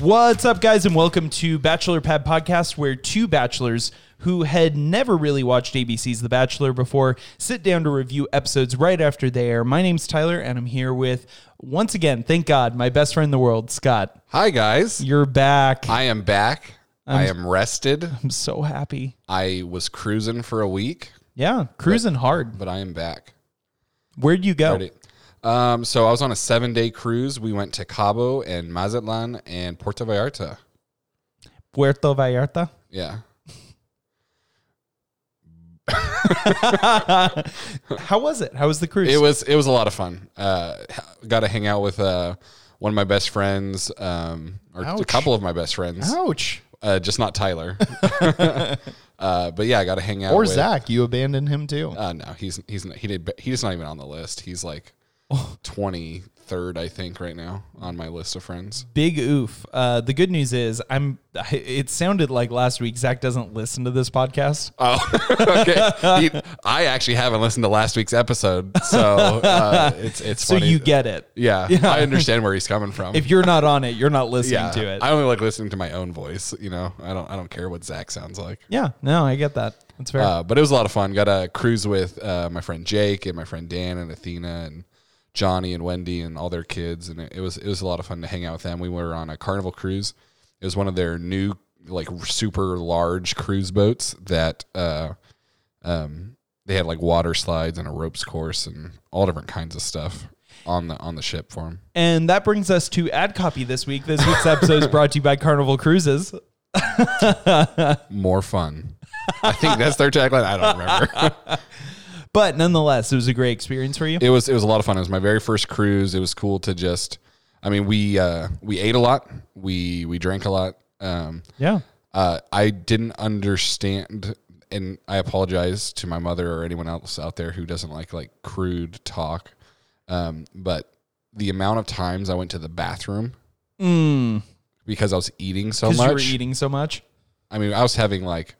What's up, guys, and welcome to Bachelor Pad Podcast, where two bachelors who had never really watched ABC's The Bachelor before sit down to review episodes right after they air. My name's Tyler, and I'm here with, once again, thank God, my best friend in the world, Scott. Hi guys. You're back. I am back. I am rested. I'm so happy. I was cruising for a week, Yeah, cruising hard. but I am back. Where'd you go? Ready? Um, so I was on a seven day cruise. We went to Cabo and Mazatlan and Puerto Vallarta. Puerto Vallarta? Yeah. How was it? How was the cruise? It was it was a lot of fun. Uh, got to hang out with uh, one of my best friends, um, or a Ouch. couple of my best friends, Ouch. uh, just not Tyler. uh, but yeah, I got to hang out Or with, Zach, you abandoned him too. Uh, no, he's he's not- he did he's not even on the list. He's like twenty third, I think, right now on my list of friends. Big oof. Uh, the good news is, I'm. It sounded like last week Zach doesn't listen to this podcast. Oh, okay. He- I actually haven't listened to last week's episode, so uh, it's it's So funny. you get it. yeah, I understand where he's coming from. If you're not on it, you're not listening yeah, to it. I only like listening to my own voice. You know, I don't I don't care what Zach sounds like. yeah, no, I get that. That's fair. Uh, but it was a lot of fun. Got to cruise with uh, my friend Jake and my friend Dan and Athena and Johnny and Wendy and all their kids, and it, it was it was a lot of fun to hang out with them. We were on a carnival cruise. It was one of their new like super large cruise boats that uh, um, they had like water slides and a ropes course and all different kinds of stuff on the on the ship for them. and that brings us to ad copy this week. This week's episode is brought to you by Carnival Cruises. More fun. I think that's their tagline. I don't remember. But nonetheless, it was a great experience for you. it was it was a lot of fun. It was my very first cruise. It was cool to just I mean, we uh we ate a lot. We we drank a lot. Um yeah. uh I didn't understand and I apologize to my mother or anyone else out there who doesn't like like crude talk. Um but the amount of times I went to the bathroom because I was eating so Hmm. Because much. you were eating so much. I mean, I was having like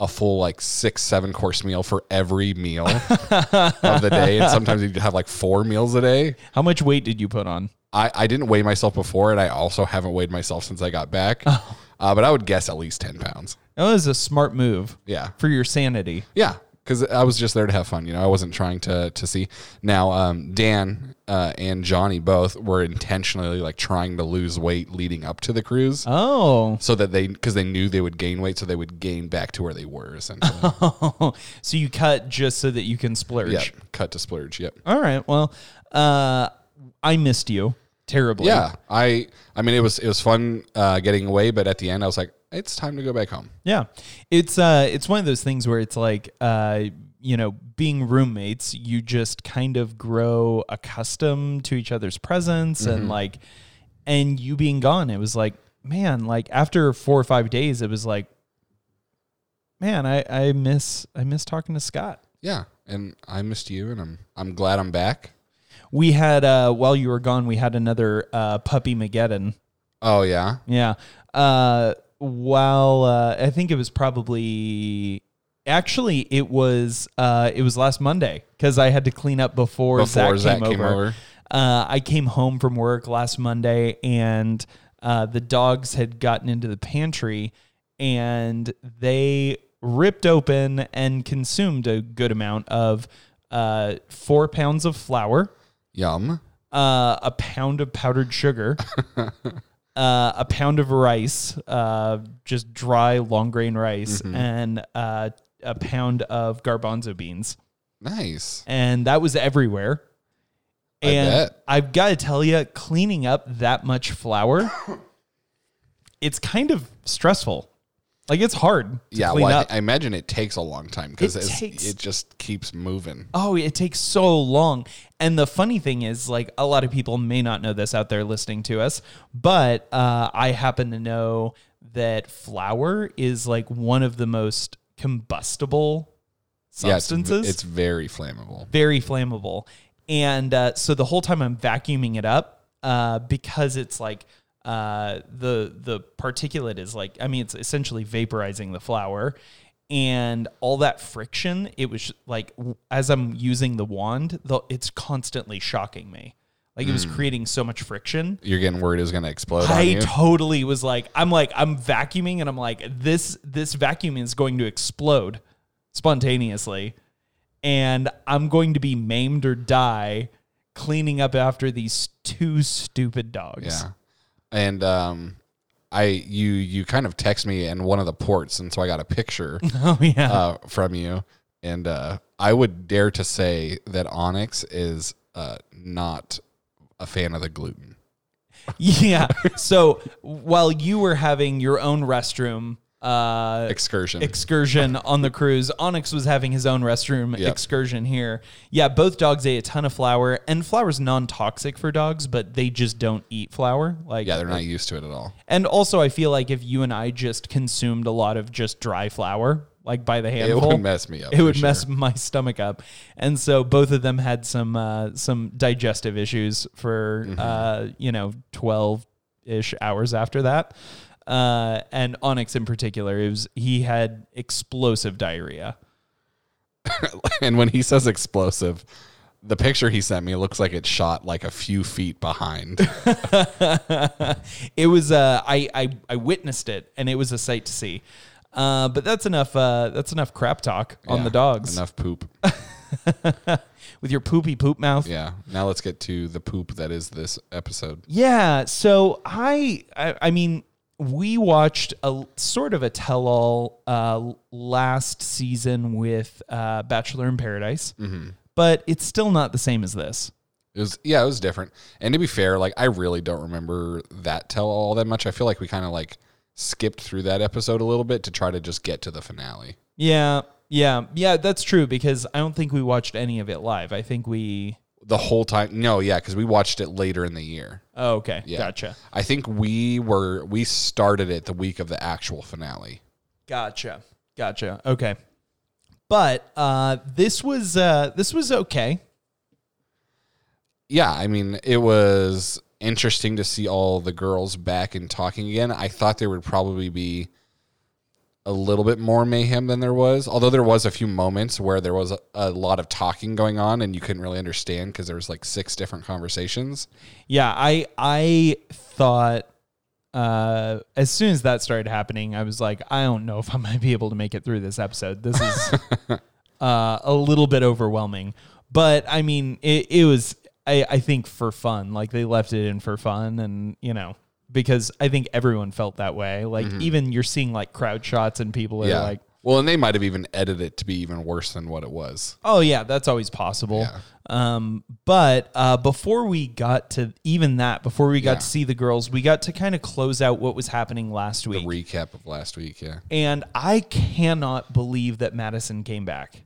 a full like six, seven course meal for every meal of the day. And sometimes you'd have like four meals a day. How much weight did you put on? I, I didn't weigh myself before, and I also haven't weighed myself since I got back. Uh, but I would guess at least 10 pounds. That was a smart move Yeah. for your sanity. Yeah. Because I was just there to have fun. You know, I wasn't trying to, to see. Now, um, Dan uh, and Johnny both were intentionally like trying to lose weight leading up to the cruise. Oh. So that they, because they knew they would gain weight, so they would gain back to where they were essentially. so you cut just so that you can splurge. yeah, cut to splurge. Yep. All right. Well, uh, I missed you terribly. Yeah, I, I mean, it was it was fun uh, getting away, but at the end, I was like, it's time to go back home. Yeah. It's uh it's one of those things where it's like uh you know, being roommates, you just kind of grow accustomed to each other's presence and like and you being gone, it was like, man, like after 4 or 5 days it was like man, I I miss I miss talking to Scott. Yeah, and I missed you, and I'm I'm glad I'm back. We had uh while you were gone, we had another uh puppy Mageddon. Oh yeah, Yeah. Uh, while uh, I think it was probably actually it was uh, it was last Monday because I had to clean up before, Before Zach, Zach came, came over. over. Uh, I came home from work last Monday and uh, the dogs had gotten into the pantry and they ripped open and consumed a good amount of uh, four pounds of flour yum. uh, a pound of powdered sugar, uh, a pound of rice, uh, just dry long grain rice, Mm-hmm. and uh, a pound of garbanzo beans. Nice. And that was everywhere. I And bet. I've got to tell you, cleaning up that much flour, it's kind of stressful. Like it's hard to yeah, clean well, I, up. thi- I imagine it takes a long time because It it, takes- it just keeps moving. Oh, it takes so long. And the funny thing is, like, a lot of people may not know this out there listening to us, but uh, I happen to know that flour is like one of the most combustible Yeah, it's v- substances. It's, very flammable. very flammable. And uh, so the whole time I'm vacuuming it up uh, because it's like uh, the the particulate is like I mean it's essentially vaporizing the flour, and all that friction. It was like w- as I'm using the wand, the, it's constantly shocking me. Like it was creating so much friction. You're getting worried it's going to explode on I you. totally was like, I'm like, I'm vacuuming, and I'm like, this this vacuum is going to explode spontaneously, and I'm going to be maimed or die cleaning up after these two stupid dogs. yeah. And um, I you you kind of text me in one of the ports, and so I got a picture Oh yeah. uh, from you, and uh, I would dare to say that Onyx is uh, not a fan of the gluten. yeah. So while you were having your own restroom uh, Excursion. excursion on the cruise, Onyx was having his own restroom Yeah. excursion here. Yeah, both dogs ate a ton of flour, and flour's non toxic for dogs, but they just don't eat flour. Like, yeah, they're not used to it at all. and also, I feel like if you and I just consumed a lot of just dry flour, like by the It handful, would mess me up. it for would sure. mess my stomach up. And so both of them had some uh, some digestive issues for Mm-hmm. uh, you know twelve ish hours after that. Uh, and Onyx in particular, it was he had explosive diarrhea. and when he says explosive, the picture he sent me looks like it shot like a few feet behind. It was uh, I, I I witnessed it, and it was a sight to see. Uh, but that's enough. Uh, that's enough crap talk on Yeah, the dogs Enough poop. with your poopy poop mouth. Yeah. Now let's get to the poop that is this episode. Yeah. So I, I, I mean, we watched a l- sort of a tell-all uh, last season with uh, Bachelor in Paradise, but it's still not the same as this. It was yeah, it was different. And to be fair, like I really don't remember that tell all that much. I feel like we kind of like skipped through that episode a little bit to try to just get to the finale. Yeah. Yeah. Yeah. That's true because I don't think we watched any of it live. I think we. The whole time. No, yeah, cuz we watched it later in the year. Oh, okay. Yeah. Gotcha. I think we were we started it the week of the actual finale. Gotcha. Gotcha. Okay. But uh, this was uh, this was okay. yeah, I mean, it was interesting to see all the girls back and talking again. I thought there would probably be a little bit more mayhem than there was, although there was a few moments where there was a, a lot of talking going on and you couldn't really understand because there was like six different conversations. Yeah, I I thought uh as soon as that started happening, I was like, I don't know if I'm gonna be able to make it through this episode. This is uh a little bit overwhelming. But I mean it, it was I, I think for fun. Like they left it in for fun and you know because I think everyone felt that way. Like even you're seeing like crowd shots and people are Yeah. like well, and they might have even edited it to be even worse than what it was. Oh yeah, that's always possible. Yeah. Um, but uh, before we got to even that, before we got Yeah. to see the girls, we got to kind of close out what was happening last The week. recap of last week, yeah. and I cannot believe that Madison came back.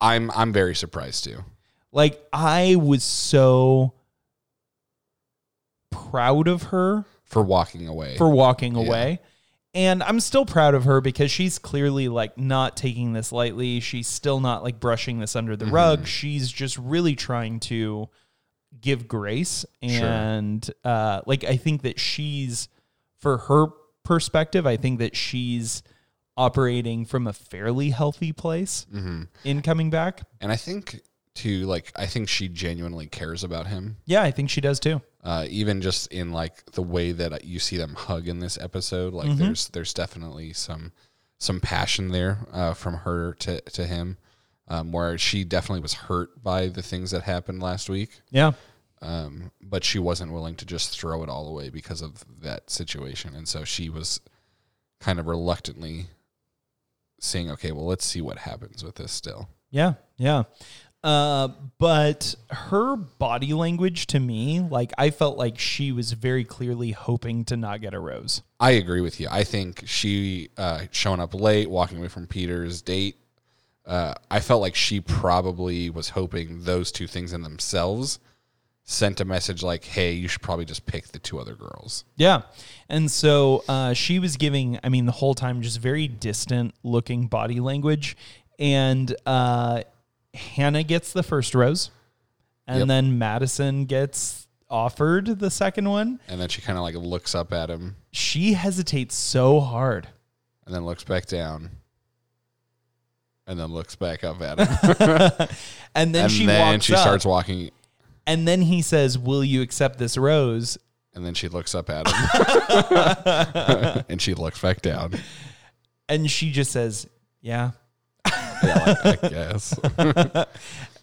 I'm I'm very surprised too. Like I was so proud of her For walking away. for walking Yeah. away. And I'm still proud of her because she's clearly like not taking this lightly. She's still not like brushing this under the Mm-hmm. rug. She's just really trying to give grace. And uh, like, I think that she's, for her perspective, I think that she's operating from a fairly healthy place in coming back. Mm-hmm. and I think too, like I think she genuinely cares about him. Yeah, I think she does too. uh, even just in like the way that you see them hug in this episode. Like there's there's definitely some some passion there uh, from her to to him, um, where she definitely was hurt by the things that happened last week, Yeah. um, but she wasn't willing to just throw it all away because of that situation, and so she was kind of reluctantly saying, "Okay, well, let's see what happens with this still." Yeah, yeah. Uh, but her body language to me, like I felt like she was very clearly hoping to not get a rose. I agree with you. I think she uh, showing up late, walking away from Peter's date. Uh, I felt like she probably was hoping those two things in themselves sent a message like, "Hey, you should probably just pick the two other girls." Yeah. And so uh, she was giving, I mean, the whole time, just very distant looking body language. And uh, Hannah gets the first rose. And Yep. then Madison gets offered the second one. And then she kind of like looks up at him She hesitates so hard. and then looks back down, and then looks back up at him, And then and she then walks she up. starts walking. And then he says, Will you accept this rose? And then she looks up at him. and she looks back down. And she just says, Yeah. Yeah, like, I guess.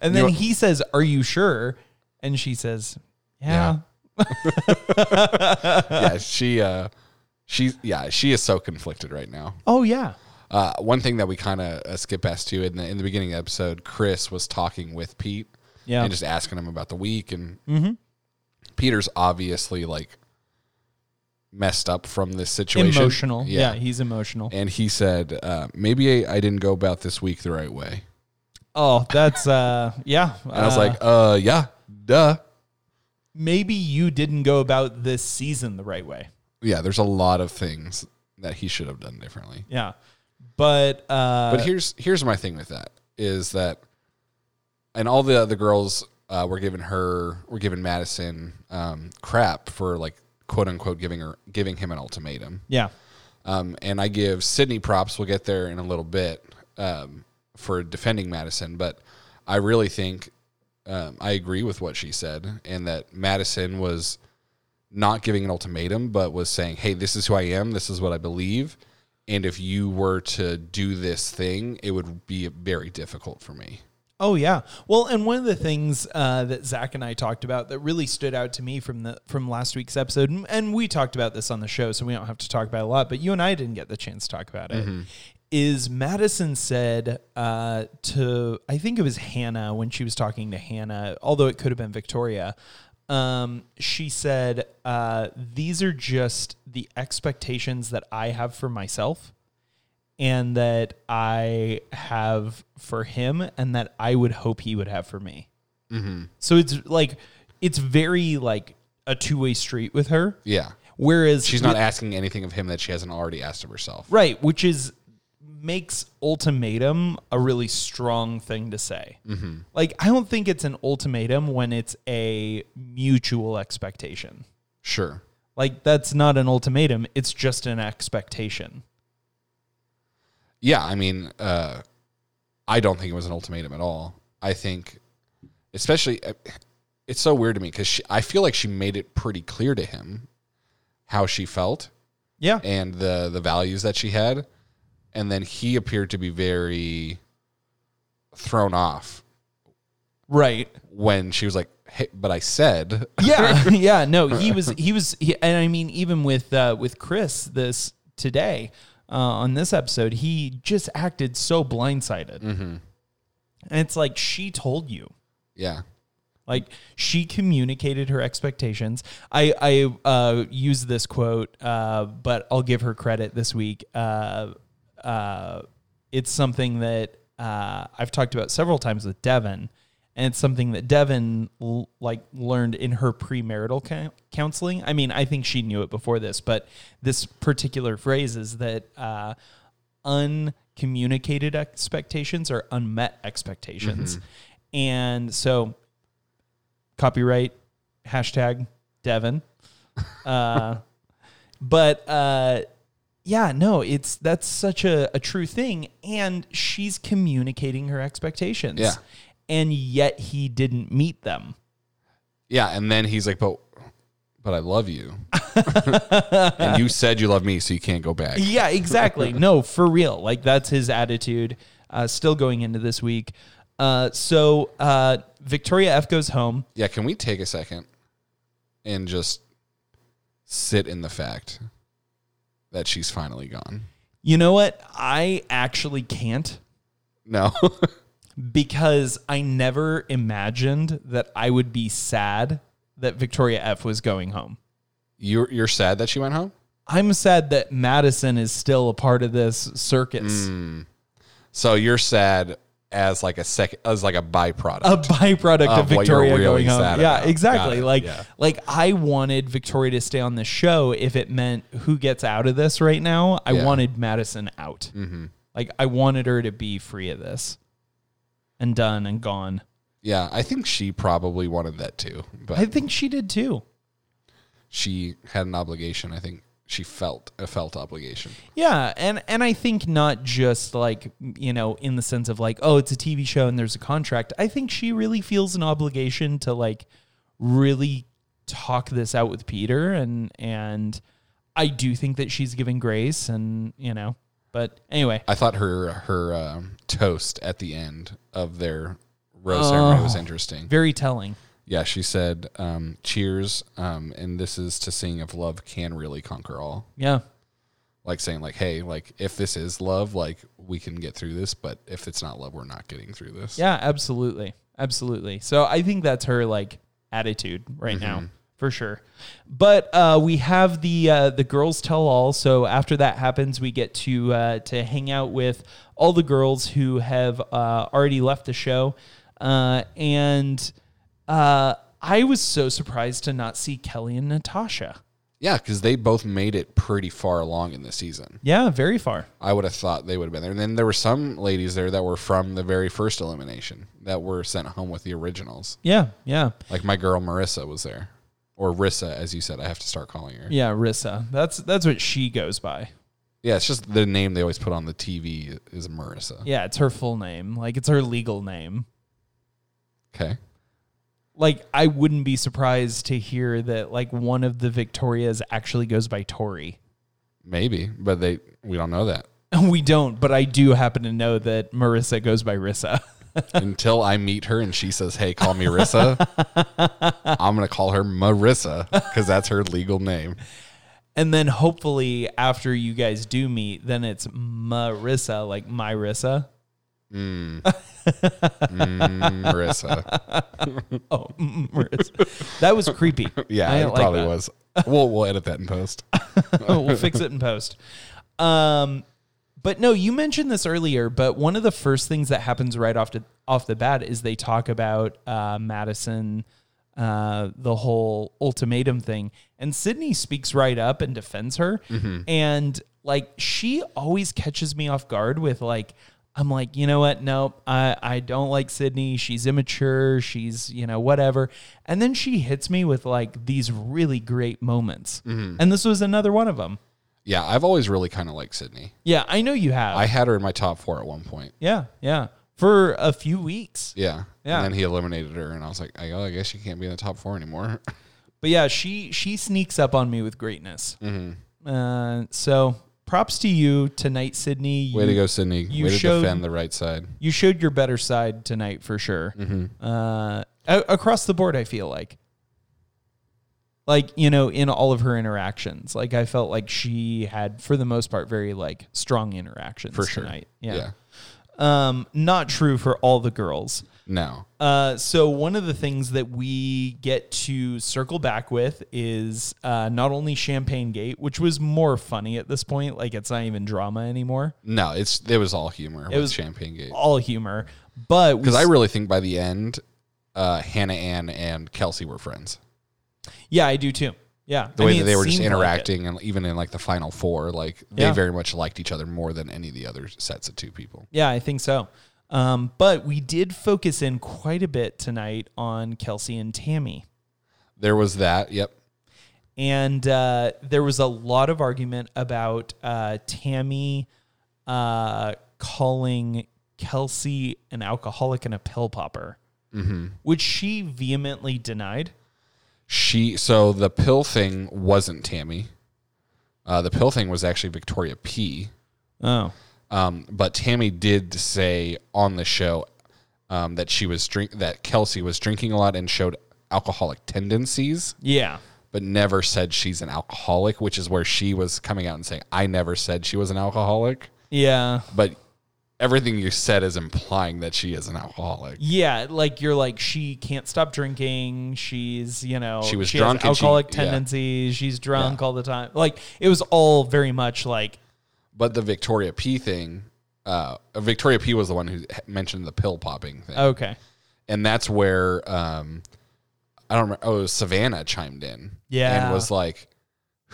And then You- he says, Are you sure? And she says, Yeah. Yeah. yeah, she uh she yeah, she is so conflicted right now. Oh, yeah. Uh, one thing that we kind of uh, skip past too in the in the beginning of the episode, Chris was talking with Pete Yeah. Mm-hmm. and just asking him about the week, and Peter's obviously like messed up from this situation. Emotional. Yeah. He's emotional. and he said, uh, "Maybe I, I didn't go about this week the right way." Oh, that's, uh, yeah. Uh, And I was like, "Uh, yeah, duh." Maybe you didn't go about this season the right way. Yeah, there's a lot of things that he should have done differently. Yeah. But, uh, But here's here's my thing with that is that, and all the other girls uh, were giving her were giving Madison um, crap for like quote unquote giving her giving him an ultimatum. yeah. Um, and I give Sydney props. We'll get there in a little bit um, for defending Madison, but I really think um, I agree with what she said, and that Madison was not giving an ultimatum, but was saying, "Hey, this is who I am. This is what I believe." And if you were to do this thing, it would be very difficult for me. Oh yeah. Well, and one of the things uh, that Zach and I talked about that really stood out to me from the from last week's episode, and- and we talked about this on the show, so we don't have to talk about it a lot. But you and I didn't get the chance to talk about it. Is Madison said uh, to I think it was Hannah when she was talking to Hannah, although it could have been Victoria. Um, she said, uh, "These are just the expectations that I have for myself." and that I have for him and that I would hope he would have for me. So it's like, it's very like a two way street with her. Yeah, Whereas she's not asking anything of him that she hasn't already asked of herself. right, which is makes ultimatum a really strong thing to say. Like, I don't think it's an ultimatum when it's a mutual expectation. Sure. Like, that's not an ultimatum, it's just an expectation. Yeah, I mean, uh, I don't think it was an ultimatum at all. I think, especially, uh, it's so weird to me because I feel like she made it pretty clear to him how she felt Yeah. and the the values that she had, and then he appeared to be very thrown off Right. when she was like, "Hey, but I said." yeah yeah no he was he was he, and i mean even with uh with chris this today uh on this episode he just acted so blindsided and it's like she told you Yeah, like she communicated her expectations. I I uh, used this quote, uh, but I'll give her credit this week. Uh, uh, it's something that uh, I've talked about several times with Devin, and it's something that Devin l- like learned in her premarital cou- counseling. I mean, I think she knew it before this, but this particular phrase is that uh, uncommunicated expectations are unmet expectations. And so copyright hashtag Devin. Uh, but uh, yeah, no, it's that's such a, a true thing, and she's communicating her expectations. Yeah. and yet he didn't meet them. yeah, and then he's like, "But, but I love you," and you said you love me, so you can't go back. Yeah, exactly. no, for real. Like that's his attitude. Uh, still going into this week. Uh, so uh, Victoria F goes home. Yeah, can we take a second and just sit in the fact that she's finally gone? You know what? I actually can't No. because I never imagined that I would be sad that Victoria F was going home. you're you're sad that she went home? I'm sad that Madison is still a part of this circus, Mm. So you're sad as like a sec as like a byproduct. a byproduct of Of what you're Victoria really going home. sad yeah, about. exactly. Got it. Like Yeah. like I wanted Victoria to stay on the show if it meant who gets out of this right now. I Yeah. Mm-hmm. wanted Madison out. Like I wanted her to be free of this and done and gone. yeah, I think she probably wanted that too, but I think she did too. she had an obligation. I think she felt a felt obligation. Yeah, and and I think not just like you know in the sense of like oh it's a TV show and there's a contract. I think she really feels an obligation to like really talk this out with Peter and and I do think that she's giving grace and you know but anyway I thought her her um, toast at the end of their rose ceremony was interesting. very telling Yeah, she said, um, "Cheers," um, and this is to seeing if love can really conquer all. yeah Like saying, like, "Hey, like if this is love, like we can get through this, but if it's not love, we're not getting through this." yeah absolutely absolutely so I think that's her like attitude right now for sure but uh, we have the uh, the girls tell all so after that happens we get to uh, to hang out with all the girls who have uh, already left the show uh, and uh, I was so surprised to not see Kelly and Natasha. yeah, because they both made it pretty far along in the season. Yeah, very far. I would have thought they would have been there. And then there were some ladies there that were from the very first elimination that were sent home with the originals. Yeah, yeah, Like my girl Marissa was there, or Rissa, as you said. I have to start calling her. yeah. Rissa, that's that's what she goes by. Yeah, it's just the name they always put on the TV is Marissa. Yeah, it's her full name. Like it's her legal name. Okay. Like I wouldn't be surprised to hear that like one of the Victorias actually goes by Tori. Maybe, but they we don't know that We don't, but I do happen to know that Marissa goes by Rissa. until I meet her and she says, "Hey, call me Rissa." I'm gonna call her Marissa because that's her legal name. And then hopefully after you guys do meet, then it's Marissa, like Myrissa. Marissa. Oh, mm, mm, Marissa. that was creepy. Yeah, I it didn't like probably that. was. We'll we'll edit that in post. oh, we'll fix it in post. Um, but no, you mentioned this earlier. But one of the first things that happens right off the off the bat is they talk about uh, Madison, uh, the whole ultimatum thing, and Sydney speaks right up and defends her, and like she always catches me off guard with like. I'm like, you know what? No, I, I don't like Sydney. She's immature. She's, you know, whatever. And then she hits me with like these really great moments. And this was another one of them. Yeah, I've always really kind of liked Sydney. Yeah, I know you have. I had her in my top four at one point. yeah, yeah. For a few weeks. Yeah. Yeah. And then he eliminated her, and I was like, I, oh, I guess she can't be in the top four anymore. But yeah, she she sneaks up on me with greatness. Mm-hmm. Uh, so props to you tonight, Sydney. You, Way to go, Sydney. you Way to showed- defend the right side. You showed your better side tonight for sure. Mm-hmm. Uh, a- across the board, I feel like. Like, you know, in all of her interactions, like I felt like she had, for the most part, very like strong interactions For sure. tonight. Yeah. yeah. Um, not true for all the girls. No. Uh, so one of the things that we get to circle back with is uh, not only Champagne Gate, which was more funny at this point, like it's not even drama anymore, No, it's it was all humor with was- Champagne Gate. all humor. But Because I really think by the end, uh, Hannah Ann and Kelsey were friends. yeah, I do too. Yeah, The I way mean, that it they were just seemed like it. interacting, and even in like the final four, like Yeah. they very much liked each other more than any of the other sets of two people. Yeah, I think so. Um, but we did focus in quite a bit tonight on Kelsey and Tammy. There was that. Yep. and uh, there was a lot of argument about uh, Tammy uh, calling Kelsey an alcoholic and a pill popper, Mm-hmm. which she vehemently denied. She so the pill thing wasn't Tammy. Uh, the pill thing was actually Victoria P. Oh, Um, but Tammy did say on the show um, that she was drink that Kelsey was drinking a lot and showed alcoholic tendencies, yeah, but never said she's an alcoholic, which is where she was coming out and saying, "I never said she was an alcoholic," yeah, but everything you said is implying that she is an alcoholic. yeah. Like you're like she can't stop drinking. She's you know She was has drunk and she- alcoholic yeah. tendencies. She's drunk all the time. Like it was all very much like But the Victoria P thing, uh, Victoria P was the one who mentioned the pill popping thing. okay, and that's where um I don't remember. Oh, Savannah chimed in, Yeah. and was like,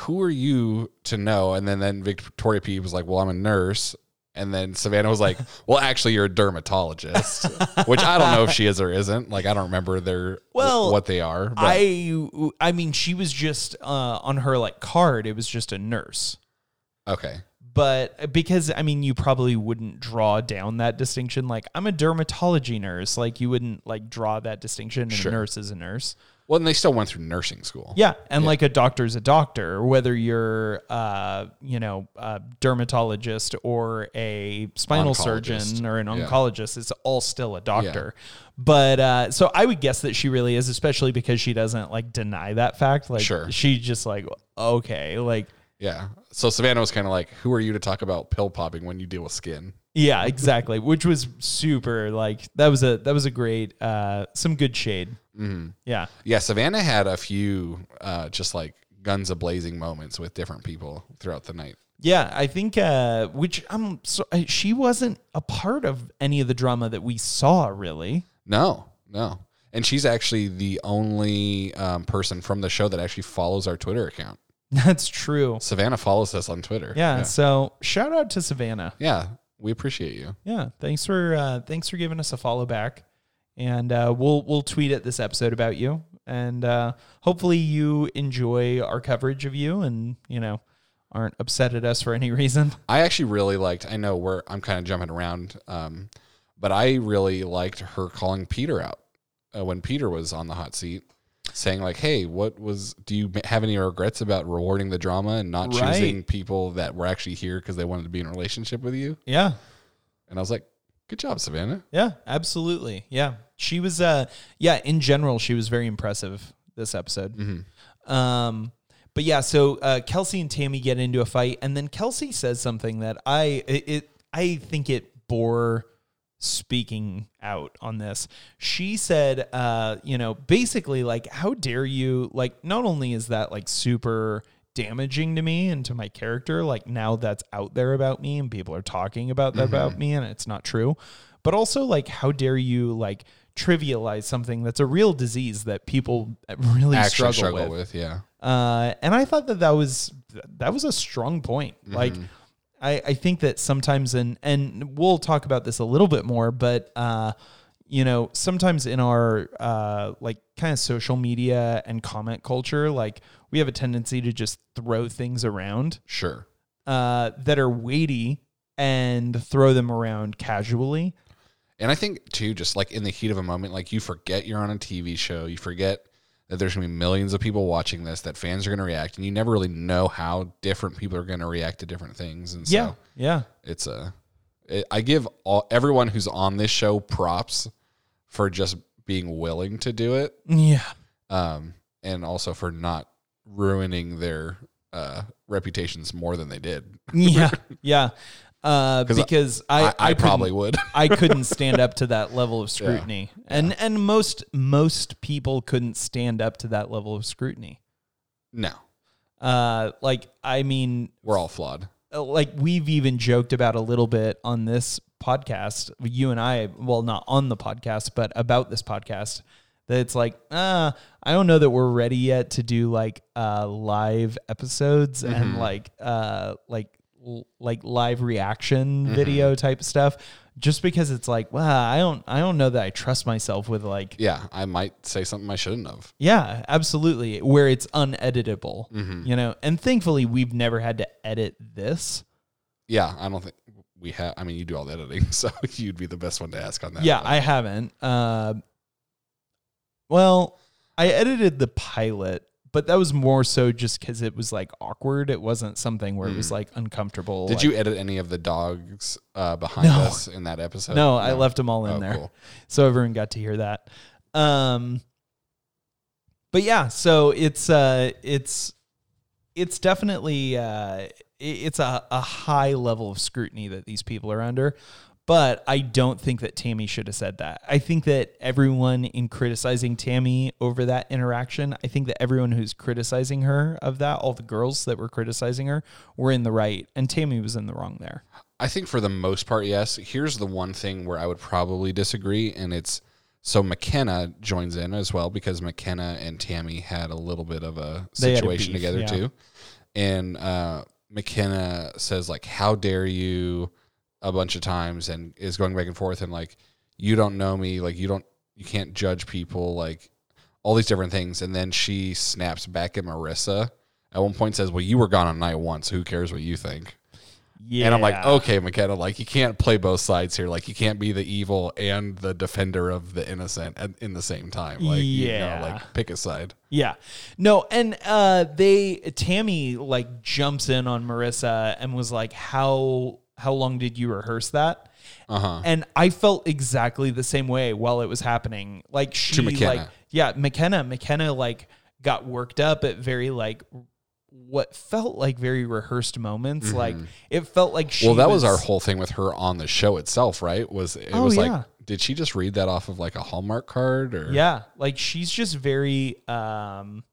"Who are you to know?" And then then Victoria P was like, "Well, I'm a nurse." And then Savannah was like, "Well, actually, you're a dermatologist," which I don't know if she is or isn't. Like, I don't remember their Well, what they are. But I I mean she was just uh, on her like card. It was just a nurse. okay, but uh, because I mean, you probably wouldn't draw down that distinction. Like, I'm a dermatology nurse. Like, you wouldn't like draw that distinction. And Sure. A nurse is a nurse. Well, and they still went through nursing school. Yeah, and like a doctor's a doctor, whether you're, uh, you know, a dermatologist or a spinal Oncologist. surgeon or an Yeah. oncologist, it's all still a doctor. But uh, so I would guess that she really is, especially because she doesn't like deny that fact. Like Sure. she just like okay, like Yeah. So Savannah was kind of like, "Who are you to talk about pill popping when you deal with skin?" yeah, exactly. Which was super. Like that was a that was a great uh, some good shade. Yeah, Yeah, Savannah had a few uh, just like guns a blazing moments with different people throughout the night. Yeah, I think uh which I'm so uh, she wasn't a part of any of the drama that we saw really. No, no. And she's actually the only um, person from the show that actually follows our Twitter account. That's true. Savannah follows us on Twitter. Yeah, Yeah. so shout out to Savannah. Yeah, we appreciate you. Yeah, thanks for uh thanks for giving us a follow back. And uh we'll we'll tweet at this episode about you and uh hopefully you enjoy our coverage of you and, you know, aren't upset at us for any reason. I actually really liked. I know we're I'm kind of jumping around, um, but I really liked her calling Peter out uh, when Peter was on the hot seat, saying like, "Hey, what was? Do you have any regrets about rewarding the drama and not Right. choosing people that were actually here because they wanted to be in a relationship with you?" Yeah. And I was like, "Good job, Savannah." Yeah, absolutely. Yeah. She was uh yeah, in general she was very impressive this episode. Um but yeah, so uh, Kelsey and Tammy get into a fight and then Kelsey says something that I it, it I think it bore speaking out on this. She said uh you know, basically like how dare you like not only is that like super damaging to me and to my character like now that's out there about me and people are talking about that Mm-hmm. about me and it's not true but also like how dare you like trivialize something that's a real disease that people really Actually struggle, struggle with, with. yeah. Uh, and i thought that that was that was a strong point Mm-hmm. like I, I think that sometimes and and we'll talk about this a little bit more but uh you know sometimes in our uh like kind of social media and comment culture like we have a tendency to just throw things around Sure. uh that are weighty and throw them around casually And I think too, just like in the heat of a moment, like you forget you're on a TV show, you forget that there's gonna be millions of people watching this, that fans are gonna react, and you never really know how different people are gonna react to different things. And so yeah yeah it's a, it, I give all everyone who's on this show props for just being willing to do it, Yeah. um, and also for not ruining their uh, reputations more than they did. Yeah. yeah. Uh, because I, I, I, couldn't- probably would. I couldn't stand up to that level of scrutiny. And and most most people couldn't stand up to that level of scrutiny. no, Uh like I mean we're all flawed. uh, like we've even joked about a little bit on this podcast you and i well not on the podcast but about this podcast that it's like uh i don't know that we're ready yet to do like uh live episodes and like uh like l- like live reaction video type stuff just because it's like wow i don't i don't know that i trust myself with like Yeah, I might say something I shouldn't have. yeah, absolutely. Where it's uneditable, Mm-hmm. you know. And thankfully, we've never had to edit this. Yeah, I don't think we have. I mean, you do all the editing, so you'd be the best one to ask on that. Yeah, I haven't. Uh, well, I edited the pilot, but that was more so just because it was like awkward. It wasn't something where it was like uncomfortable. Hmm. Did like- you edit any of the dogs uh, behind No. us in that episode? No, I left them all in Oh, there, cool. so everyone got to hear that. Um, but yeah, so it's uh, it's it's definitely uh, i- it's a, a high level of scrutiny that these people are under. But I don't think that Tammy should have said that. I think that everyone in criticizing Tammy over that interaction, I think that everyone who's criticizing her of that, all the girls that were criticizing her, were in the right, and Tammy was in the wrong there. I think for the most part, yes. Here's the one thing where I would probably disagree, and it's so McKenna joins in as well because McKenna and Tammy had a little bit of a They had a situation beef, together yeah. too, and uh, McKenna says like, "How dare you?" a bunch of times and is going back and forth and like, "You don't know me, like you don't, you can't judge people, like all these different things." And then she snaps back at Marissa at one point, says, "Well, you were gone on night one, so who cares what you think?" Yeah. And I'm like, okay, McKenna, like you can't play both sides here. Like you can't be the evil and the defender of the innocent at, in the same time. Like, you know, Yeah. like pick a side. Yeah. No, and uh they Tammy like jumps in on Marissa and was like, How how long did you rehearse that? Uh-huh. And I felt exactly the same way while it was happening. Like she McKenna. like yeah, McKenna. McKenna like got worked up at very like what felt like very rehearsed moments. Like it felt like she Mm-hmm. well, that was, was our whole thing with her on the show itself, right? Was it Oh, was yeah. like, did she just read that off of like a Hallmark card or? Yeah, like she's just very um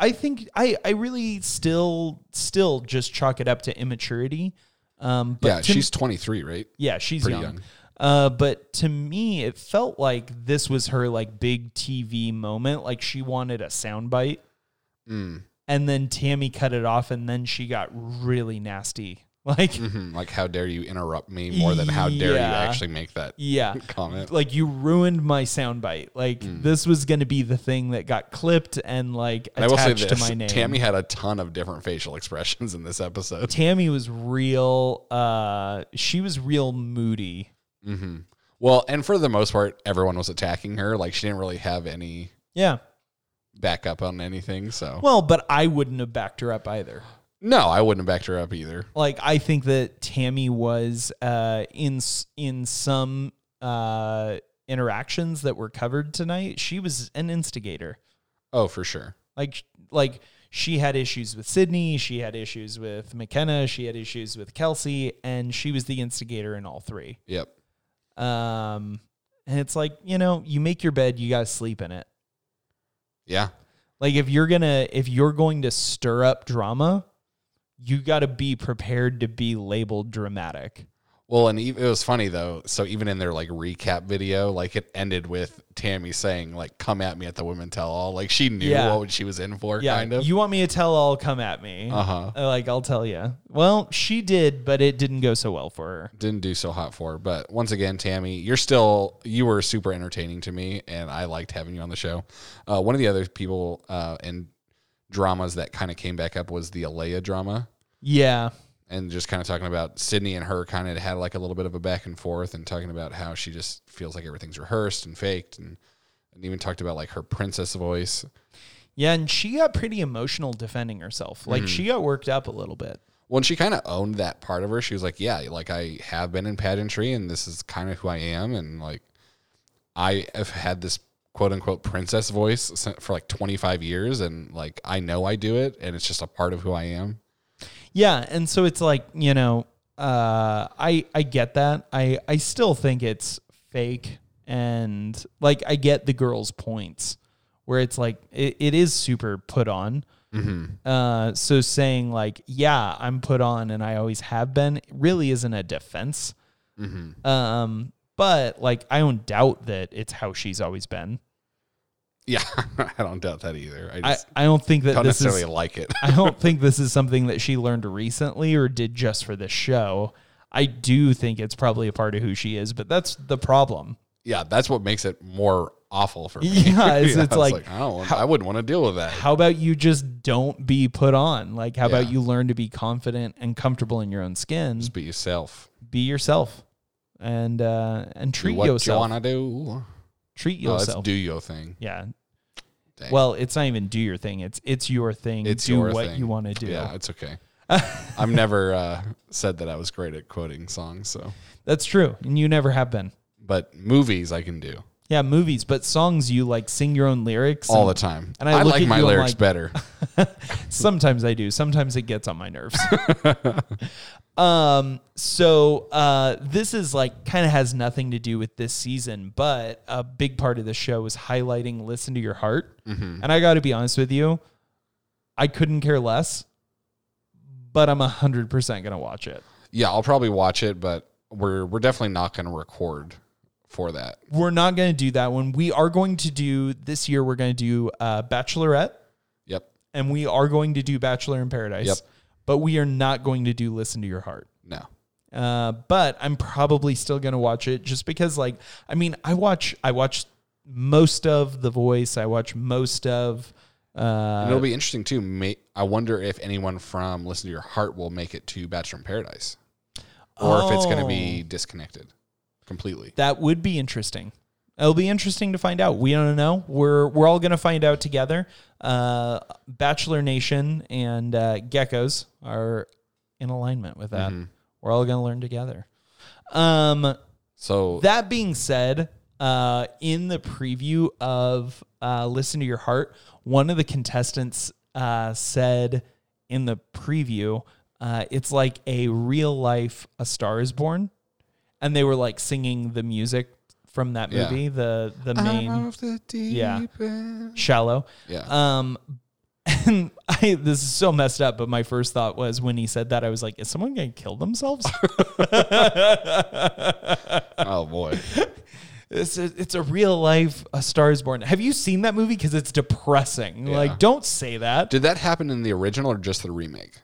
I think I I really still still just chalk it up to immaturity. Um but yeah. to- She's 23, right? yeah, she's pretty young. young. Uh but to me it felt like this was her like big TV moment, like she wanted a soundbite Mm. and then Tammy cut it off and then she got really nasty. Like Mhm. Like, how dare you interrupt me more than how dare Yeah. you actually make that yeah. comment? like you ruined my soundbite. Like Mm. this was going to be the thing that got clipped and like And I will say attached this: to my name. Tammy had a ton of different facial expressions in this episode. Tammy was real. Uh, she was real moody. hmm Well, and for the most part, everyone was attacking her. Like she didn't really have any Yeah. backup on anything. So Well, but I wouldn't have backed her up either. no, I wouldn't have backed her up either. Like I think that Tammy was uh, in s- in some uh, interactions that were covered tonight. She was an instigator. Oh, for sure. Like like she had issues with Sydney. She had issues with McKenna. She had issues with Kelsey, and she was the instigator in all three. Yep. Um, and it's like you know, you make your bed, you gotta sleep in it. Yeah. Like if you're gonna if you're going to stir up drama, you got to be prepared to be labeled dramatic. Well, and ev- it was funny though. So even in their like recap video, like it ended with Tammy saying like "Come at me" at the women tell all. Like she knew Yeah. what she was in for, Yeah, kind of. you want me to tell all? Come at me. uh huh. Like I'll tell you. Well, she did, but it didn't go so well for her. Didn't do so hot for, her. but once again, Tammy, you're still you were super entertaining to me, and I liked having you on the show. Uh, one of the other people uh, in dramas that kind of came back up was the Alea drama. Yeah, and just kind of talking about Sydney and her kind of had like a little bit of a back and forth and talking about how she just feels like everything's rehearsed and faked and, and even talked about like her princess voice. yeah, and she got pretty emotional defending herself. Mm-hmm. Like she got worked up a little bit. When she kind of owned that part of her, she was like, Yeah, like I have been in pageantry and this is kind of who I am. And like I have had this quote unquote princess voice sin- for like 25 years and like I know I do it and it's just a part of who I am. Yeah, and so it's like you know, uh, I I get that. I I still think it's fake, and like I get the girls' points where it's like it, it is super put on. Uh, so saying like, yeah, I'm put on, and I always have been, really isn't a defense. Um, but like, I don't doubt that it's how she's always been. Yeah, I don't doubt that either. I I, just I don't think that don't this necessarily is like it. I don't think this is something that she learned recently or did just for this show. I do think it's probably a part of who she is, but that's the problem. yeah, that's what makes it more awful for me. Yeah, it's- You know, it's like, I don't, want- I wouldn't want to deal with that. How about you just don't be put on? Like, how about Yeah. you learn to be confident and comfortable in your own skin? Just be yourself. Be yourself, and uh, and Do treat what you yourself. want to do. treat No, that's yourself. do your thing. yeah. Dang. Well, it's not even do your thing. It's it's your thing. It's do your what thing. you want to do. Yeah, it's okay. I've never uh, said that I was great at quoting songs, so That's true, and you never have been. but movies I can do Yeah, movies, but songs you like sing your own lyrics all and- the time. and And I I, look like at my you, I'm lyrics like- better. Sometimes I do. Sometimes it gets on my nerves. um, so uh, this is like kind of has nothing to do with this season, but a big part of the show is highlighting "Listen to Your Heart," and I got to be honest with you, I couldn't care less. But I'm hundred percent gonna watch it. Yeah, I'll probably watch it, but we're we're definitely not going to record for that. We're not gonna do that one. We are going to do this year. We're gonna do uh, Bachelorette, Yep. and we are going to do Bachelor in Paradise. Yep. But we are not going to do "Listen to Your Heart." No. Uh, but I'm probably still gonna watch it just because, like, I mean, I watch I watch most of The Voice, I watch most of Uh, And it'll be interesting too. May, I wonder if anyone from Listen to Your Heart will make it to Bachelor in Paradise, or if it's going to be oh, disconnected completely. That would be interesting. It'll be interesting to find out. We don't know. We're we're all gonna find out together. Uh, Bachelor Nation and uh, Geckos are in alignment with that. We're all gonna learn together. Um, So That being said, uh, in the preview of uh, Listen to Your Heart, one of the contestants uh, said in the preview, uh, it's like a real life A Star is Born. And they were like singing the music from that Yeah. movie, the, the Uh-huh. main the deep Yeah. end. shallow. Yeah. Um, and I, this is so messed up, but my first thought was when he said that, I was like, is someone going to kill themselves? oh boy. It's a, it's a real life A Star is Born. Have you seen that movie? Because it's depressing. Like, don't say that. Did that happen in the original or just the remake?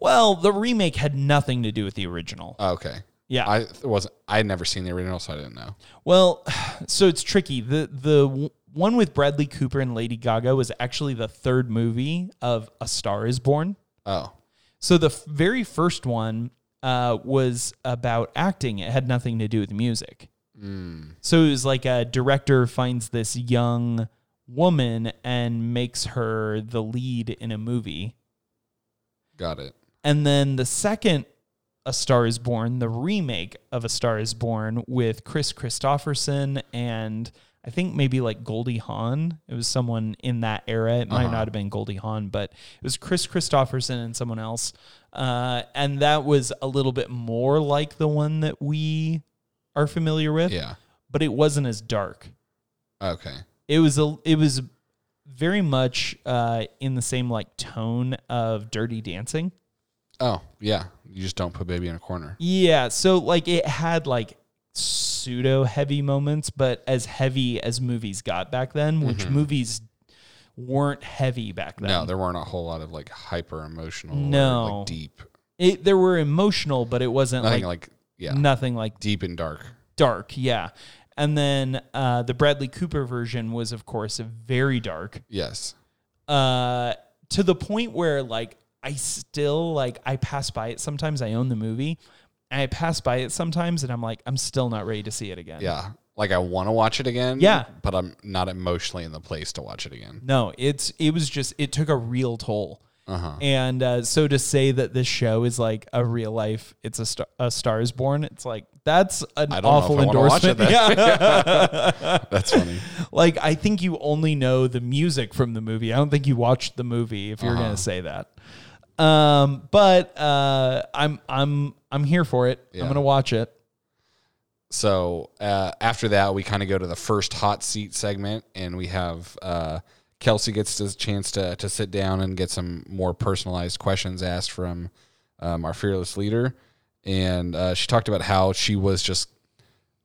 well, the remake had nothing to do with the original. Oh, okay. yeah. I wasn't. I had never seen the original, so I didn't know. well, so it's tricky. The the w- one with Bradley Cooper and Lady Gaga was actually the third movie of A Star is Born. Oh, So the f- very first one uh, was about acting. It had nothing to do with music. hmm, So it was like a director finds this young woman and makes her the lead in a movie. got it. And then the second A Star is Born, the remake of A Star is Born with Chris Christopherson and I think maybe like Goldie Hawn. It was someone in that era. It might not have been Goldie Hawn, but it was Chris Christopherson and someone else. Uh, and that was a little bit more like the one that we are familiar with, Yeah. but it wasn't as dark Okay. it was a it was very much uh, in the same like tone of Dirty Dancing. Oh yeah. You just don't put baby in a corner. Yeah, so like it had like pseudo heavy moments, but as heavy as movies got back then, which movies weren't heavy back then. Mm-hmm. No, there weren't a whole lot of like hyper emotional. or, No. Like deep. it, there were emotional, but it wasn't Nothing like, like, yeah. nothing like Deep and dark. dark. Yeah, and then uh, the Bradley Cooper version was, of course, very dark. Yes. uh, to the point where like I still like I pass by it sometimes. I own the movie. And I pass by it sometimes, and I'm like, I'm still not ready to see it again. Yeah. Like I want to watch it again. Yeah. But I'm not emotionally in the place to watch it again. No, it's it was just it took a real toll. Uh-huh. And uh, so to say that this show is like a real life, it's a, star, a Star is Born. It's like that's an I don't know awful if I wanna watch it endorsement. yeah. That's funny. like I think you only know the music from the movie. I don't think you watched the movie if you're Uh-huh. going to say that. Um, but uh, I'm I'm I'm here for it. I'm Yeah. going to watch it. So uh, after that, we kind of go to the first hot seat segment, and we have uh, Kelsey gets the chance to to sit down and get some more personalized questions asked from um, our fearless leader, and uh, she talked about how she was just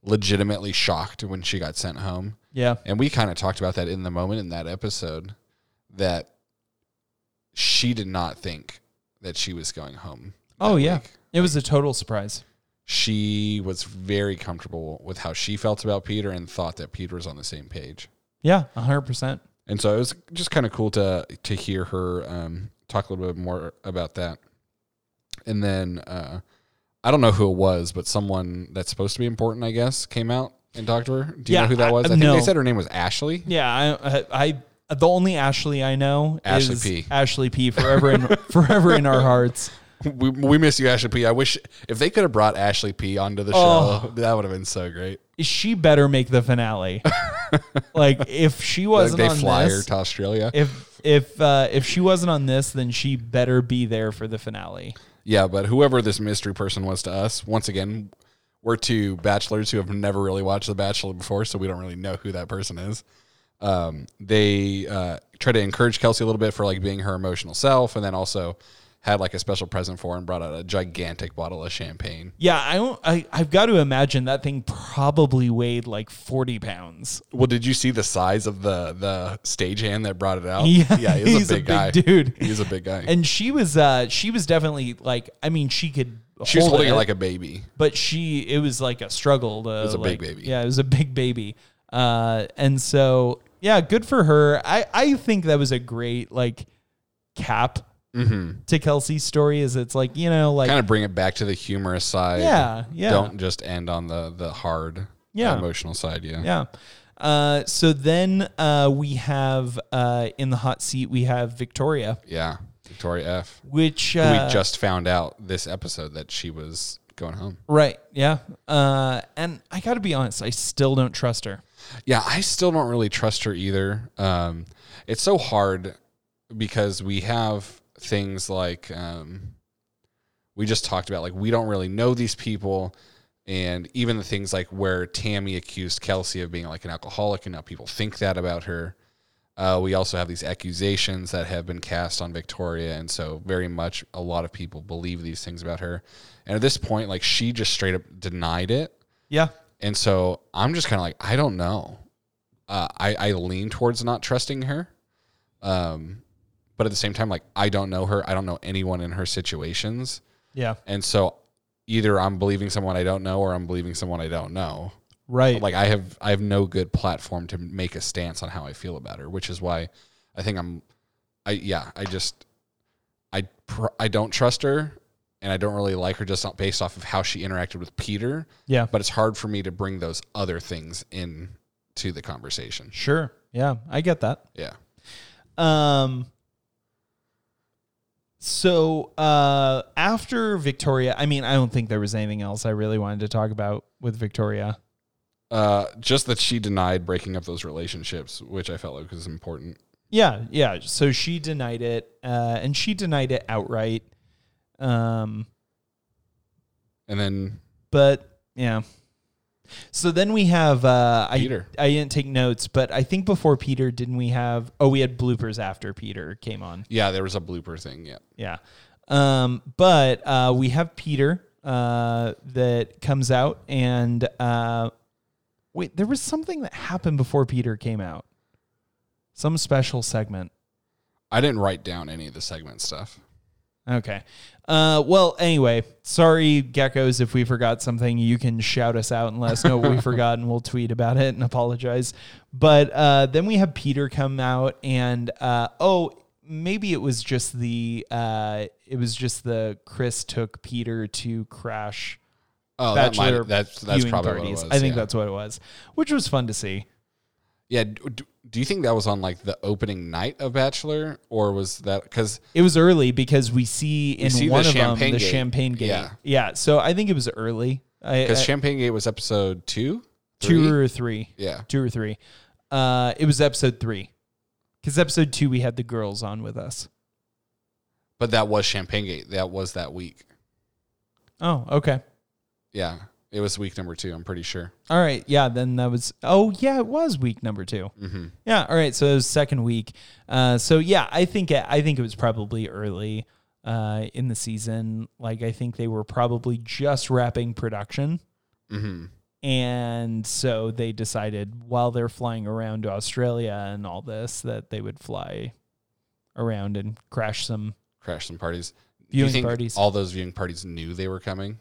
legitimately shocked when she got sent home, Yeah. and we kind of talked about that in the moment in that episode that she did not think that she was going home. Oh that yeah. week It was a total surprise. she was very comfortable with how she felt about Peter and thought that Peter was on the same page. Yeah, 100%. And so it was just kind of cool to to hear her um, talk a little bit more about that. And then uh, I don't know who it was, but someone that's supposed to be important, I guess, came out and talked to her. Do you Yeah, know who that I- was? I, think no. they said her name was Ashley. Yeah, I, I I the only Ashley I know Ashley is P. Ashley P forever in forever in our hearts. We, we miss you, Ashley P. I wish if they could have brought Ashley P. onto the show, Oh. that would have been so great. She better make the finale. like if she Like wasn't they on fly her this, to Australia. if if uh, if she wasn't on this, then she better be there for the finale. Yeah, but whoever this mystery person was to us, once again, we're two bachelors who have never really watched The Bachelor before, so we don't really know who that person is. Um, they uh, try to encourage Kelsey a little bit for like being her emotional self, and then also had like a special present for her and brought out a gigantic bottle of champagne. Yeah, I don't. I I've got to imagine that thing probably weighed like forty pounds. Well, did you see the size of the the stagehand that brought it out? Yeah, he's, he's a a big big guy, dude. He's a big guy. And she was uh she was definitely like I mean she could she was hold holding it like a baby. but she it was like a struggle to it was a big baby. Yeah, it was a big baby. Uh and so yeah, good for her. I, I think that was a great like cap Mm-hmm. to Kelsey's story. Is it's like you know like kind of bring it back to the humorous side. Yeah, yeah. Don't just end on the the hard, uh, Yeah. emotional side. Yeah, yeah. Uh, so then uh, we have uh, in the hot seat we have Victoria, Yeah. Victoria F. which Who uh, we just found out this episode that she was going home. right, yeah. Uh, and I got to be honest, I still don't trust her. Yeah, I still don't really trust her either. Um, it's so hard because we have things like um, we just talked about, like we don't really know these people, and even the things like where Tammy accused Kelsey of being like an alcoholic, and now people think that about her. Uh, we also have these accusations that have been cast on Victoria, and so very much a lot of people believe these things about her. And at this point, like she just straight up denied it. Yeah, And so I'm just kind of like, I don't know. Uh, I, I lean towards not trusting her. Um, but at the same time, like, I don't know her. I don't know anyone in her situations. yeah, And so either I'm believing someone I don't know or I'm believing someone I don't know. right. Like I have, I have no good platform to make a stance on how I feel about her, which is why I think I'm, I, yeah, I just, I, pr- I don't trust her and I don't really like her just not based off of how she interacted with Peter yeah, but it's hard for me to bring those other things in to the conversation. sure. Yeah, I get that. Yeah. Um. So uh, after Victoria, I mean, I don't think there was anything else I really wanted to talk about with Victoria. Uh, just that she denied breaking up those relationships, which I felt like was important. Yeah, yeah. So she denied it, uh, and she denied it outright. Um, And then but yeah. So then we have uh, I Peter. I didn't take notes, but I think before Peter, didn't we have? Oh, we had bloopers after Peter came on. yeah, there was a blooper thing. Yeah. Yeah. Um, but uh, we have Peter uh, that comes out, and uh, wait, there was something that happened before Peter came out. Some special segment. I didn't write down any of the segment stuff. Okay. Uh, well, anyway, sorry, geckos, if we forgot something, you can shout us out and let us know what we forgot, and we'll tweet about it and apologize. But uh, then we have Peter come out, and uh, oh, maybe it was just the uh, it was just the Chris took Peter to crash Oh, that might, bachelor that's that's viewing probably parties. what it was. I think yeah. that's what it was, which was fun to see. yeah. d- d- Do you think that was on like the opening night of Bachelor, or was that because It was early because we see in see the one of them champagne the gate. champagne gate. Yeah. So I think it was early. I, because I- Champagne Gate was episode two, Uh, two Three? or three. yeah, two or three. Uh, it was episode three, because episode two we had the girls on with us. but that was Champagne Gate. That was that week. Oh, okay, Yeah, it was week number two. I'm pretty sure. all right, yeah. Then that was oh yeah, it was week number two. Mm-hmm. Yeah, all right. So it was second week. Uh, so yeah, I think it, I think it was probably early uh in the season. Like I think they were probably just wrapping production. Mm-hmm. And so they decided while they're flying around to Australia and all this that they would fly around and crash some crash some parties. Do viewing you think parties. all those viewing parties knew they were coming?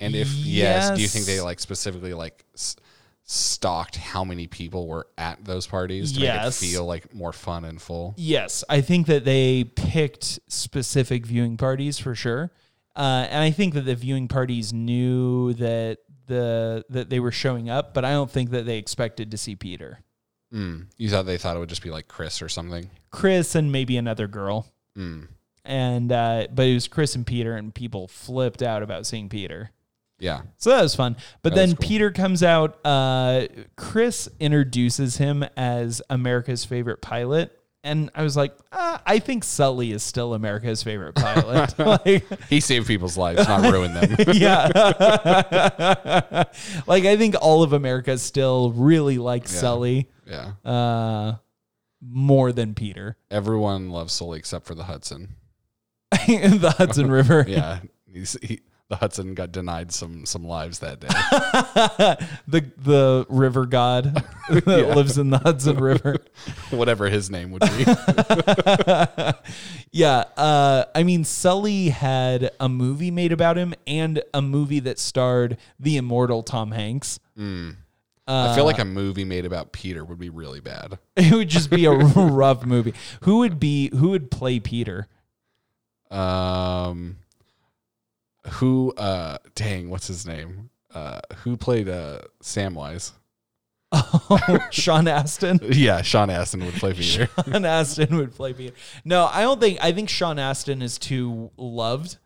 And if yes, do you think they Yes. like specifically like s- stalked how many people were at those parties to make it Yes. feel like more fun and full? Yes, I think that they picked specific viewing parties for sure, uh, and I think that the viewing parties knew that the that they were showing up, but I don't think that they expected to see Peter, Mm. You thought they thought it would just be like Chris or something? Chris, and maybe another girl. Mm. And uh, but it was Chris and Peter, and people flipped out about seeing Peter. Yeah. So that was fun. But That was then cool. Peter comes out. Uh, Chris introduces him as America's favorite pilot. And I was like, ah, I think Sully is still America's favorite pilot. like, He saved people's lives, not ruined them. yeah. like, I think all of America still really likes Yeah. Sully Yeah. uh, more than Peter. Everyone loves Sully except for the Hudson. the Hudson River. Yeah. He's, he, the Hudson got denied some some lives that day. the the river god that lives in the Hudson River. Whatever his name would be. Yeah, uh, I mean, Sully had a movie made about him and a movie that starred the immortal Tom Hanks. I feel like a movie made about Peter would be really bad. It would just be a rough movie. Who would be who would play Peter? Um, who? Uh, dang, what's his name? Uh, who played uh Samwise? Oh, Sean Astin. Yeah, Sean Astin would play Peter. Sean Astin would play Peter. No, I don't think. I think Sean Astin is too loved.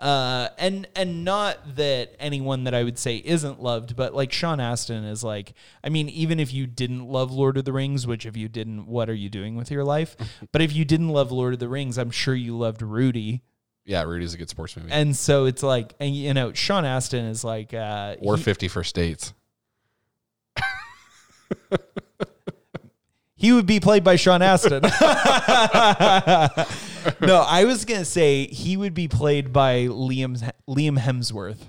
Uh, and and not that anyone that I would say isn't loved, but like Sean Astin is like, I mean, even if you didn't love Lord of the Rings, which if you didn't, what are you doing with your life? but if you didn't love Lord of the Rings, I'm sure you loved Rudy. Yeah, Rudy's a good sports movie. And so it's like, and you know, Sean Astin is like, uh, or Fifty First Dates. he would be played by Sean Astin. no, I was gonna say he would be played by Liam Liam Hemsworth,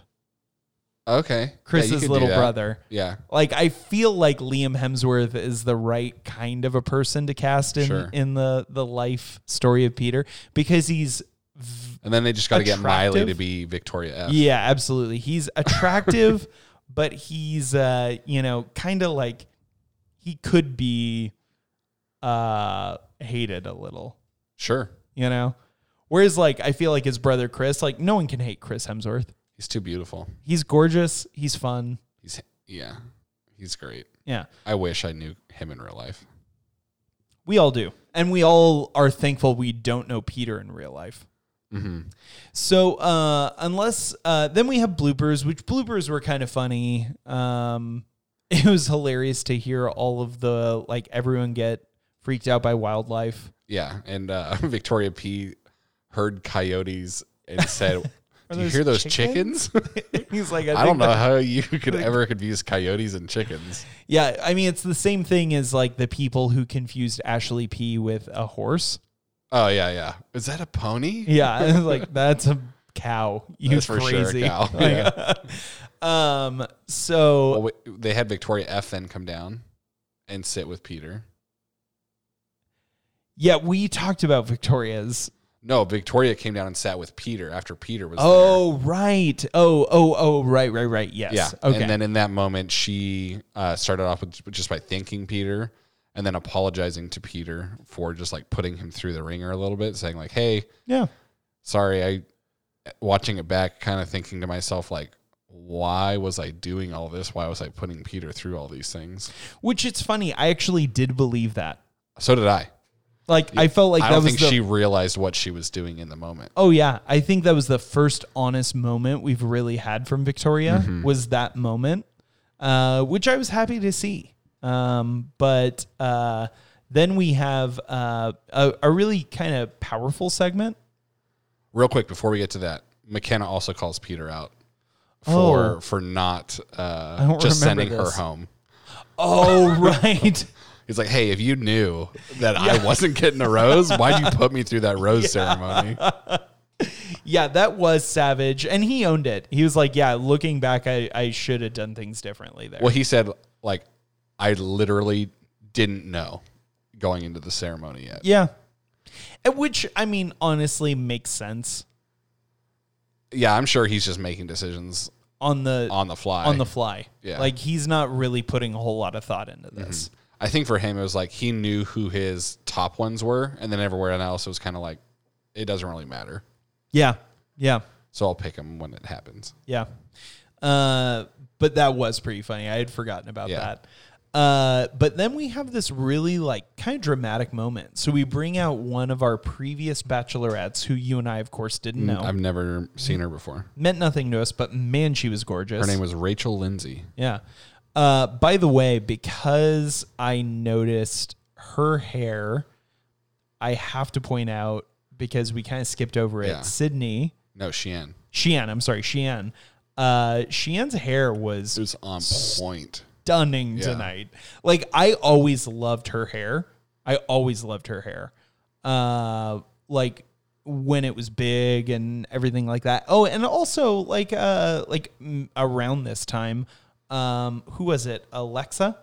Okay, Yeah, you could Chris's do little that. brother. Yeah, Like I feel like Liam Hemsworth is the right kind of a person to cast in Sure. in the the life story of Peter because he's v- and then they just got to get Miley to Attractive. be Victoria F. yeah, absolutely. He's attractive, but he's uh, you know, kind of like he could be uh hated a little. Sure, you know. Whereas, like, I feel like his brother Chris, like, no one can hate Chris Hemsworth. he's too beautiful. He's gorgeous. He's fun. He's yeah, he's great. Yeah, I wish I knew him in real life. we all do, and we all are thankful we don't know Peter in real life. Mm-hmm. So, uh, unless uh, then we have bloopers, which bloopers were kind of funny. Um, it was hilarious to hear all of the like everyone get freaked out by wildlife. Yeah, and uh, Victoria P heard coyotes and said, "Do you those hear those chickens?" chickens?" He's like, I, I think don't know that- how you could ever confuse coyotes and chickens. Yeah, I mean, it's the same thing as like the people who confused Ashley P with a horse. Oh yeah, yeah. Is that a pony? Yeah, like that's a cow. You That's for crazy. sure a cow. Like, um. So Well, wait, they had Victoria F then come down and sit with Peter. yeah, we talked about Victoria's. No, Victoria came down and sat with Peter after Peter was Oh right. Oh oh oh right right right. Yes. there. yeah. Okay. And then in that moment, she uh, started off with just by thanking Peter and then apologizing to Peter for just like putting him through the ringer a little bit, saying like, "Hey, yeah. sorry." I watching it back, kind of thinking to myself like. Why was I doing all this? Why was I putting Peter through all these things? Which it's funny. I actually did believe that. So did I. Like I felt like I that don't was think the. she realized what she was doing in the moment. oh yeah, I think that was the first honest moment we've really had from Victoria. Was that moment, uh, which I was happy to see. Um, but uh, then we have uh, a, a really kind of powerful segment Real quick before we get to that, McKenna also calls Peter out for Oh. for not I uh, don't just remember sending her this. home. Oh right. He's like, "Hey, if you knew that I wasn't getting a rose, why'd you put me through that rose ceremony?" Yeah, that was savage. And he owned it. He was like, Yeah, looking back, I, I should have done things differently there. Well, he said, "Like, I literally didn't know going into the ceremony yet." yeah. And Which I mean, honestly makes sense Yeah, I'm sure he's just making decisions on the on, on the fly. the fly. Yeah. Mm-hmm. Like he's not really putting a whole lot of thought into this. I think for him, it was like he knew who his top ones were, and then everywhere else it was kind of like, it doesn't really matter. Yeah. Yeah. So I'll pick him when it happens. Yeah. Uh, but that was pretty funny. I had forgotten about Yeah. that. Uh, but then we have this really like kind of dramatic moment. So we bring out one of our previous bachelorettes who you and I, of course, didn't know. I've never seen her before. Meant nothing to us, but man, she was gorgeous. Her name was Rachel Lindsay. yeah. Uh, by the way, because I noticed her hair, I have to point out because we kind of skipped over it. Yeah. Sydney, No, Shean. Shean, I'm sorry, Shean. Uh, Shean's hair was It was on point. stunning Yeah. tonight. Like I always loved her hair. I always loved her hair. Uh like when it was big and everything like that. Oh, and also like uh like mm, around this time, um who was it? Alexa?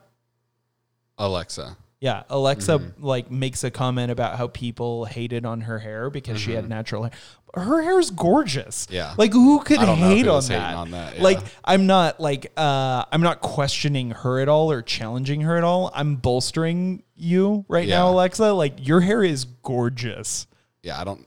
Alexa. Yeah, Alexa Mm-hmm. like makes a comment about how people hated on her hair because she had natural hair. Her hair is gorgeous. Mm-hmm. Yeah. like who could I don't know if hate it on was hating that? on that, yeah. Like I'm not like uh I'm not questioning her at all or challenging her at all. I'm bolstering you right now, Yeah. Alexa. Like your hair is gorgeous. Yeah, I don't.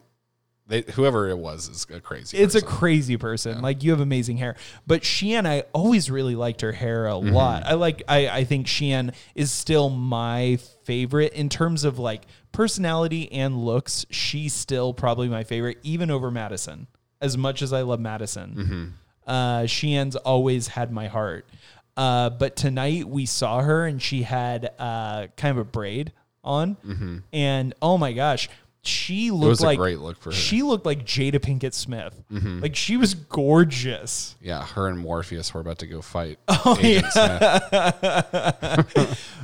They, whoever it was is a crazy. It's a person. crazy person. Like you have amazing hair. But Shein, I always really liked her hair a Mm-hmm. lot. I like I, I think Shein is still my favorite in terms of like personality and looks. She's still probably my favorite, even over Madison. As much as I love Madison. Mm-hmm. Uh Shein's always had my heart. Uh, but tonight we saw her and she had uh, kind of a braid on. And oh my gosh, she looked Mm-hmm. was a like great look for her. Mm-hmm. she looked like Jada Pinkett Smith. Like she was gorgeous. yeah. Her and Morpheus were about to go fight. Oh,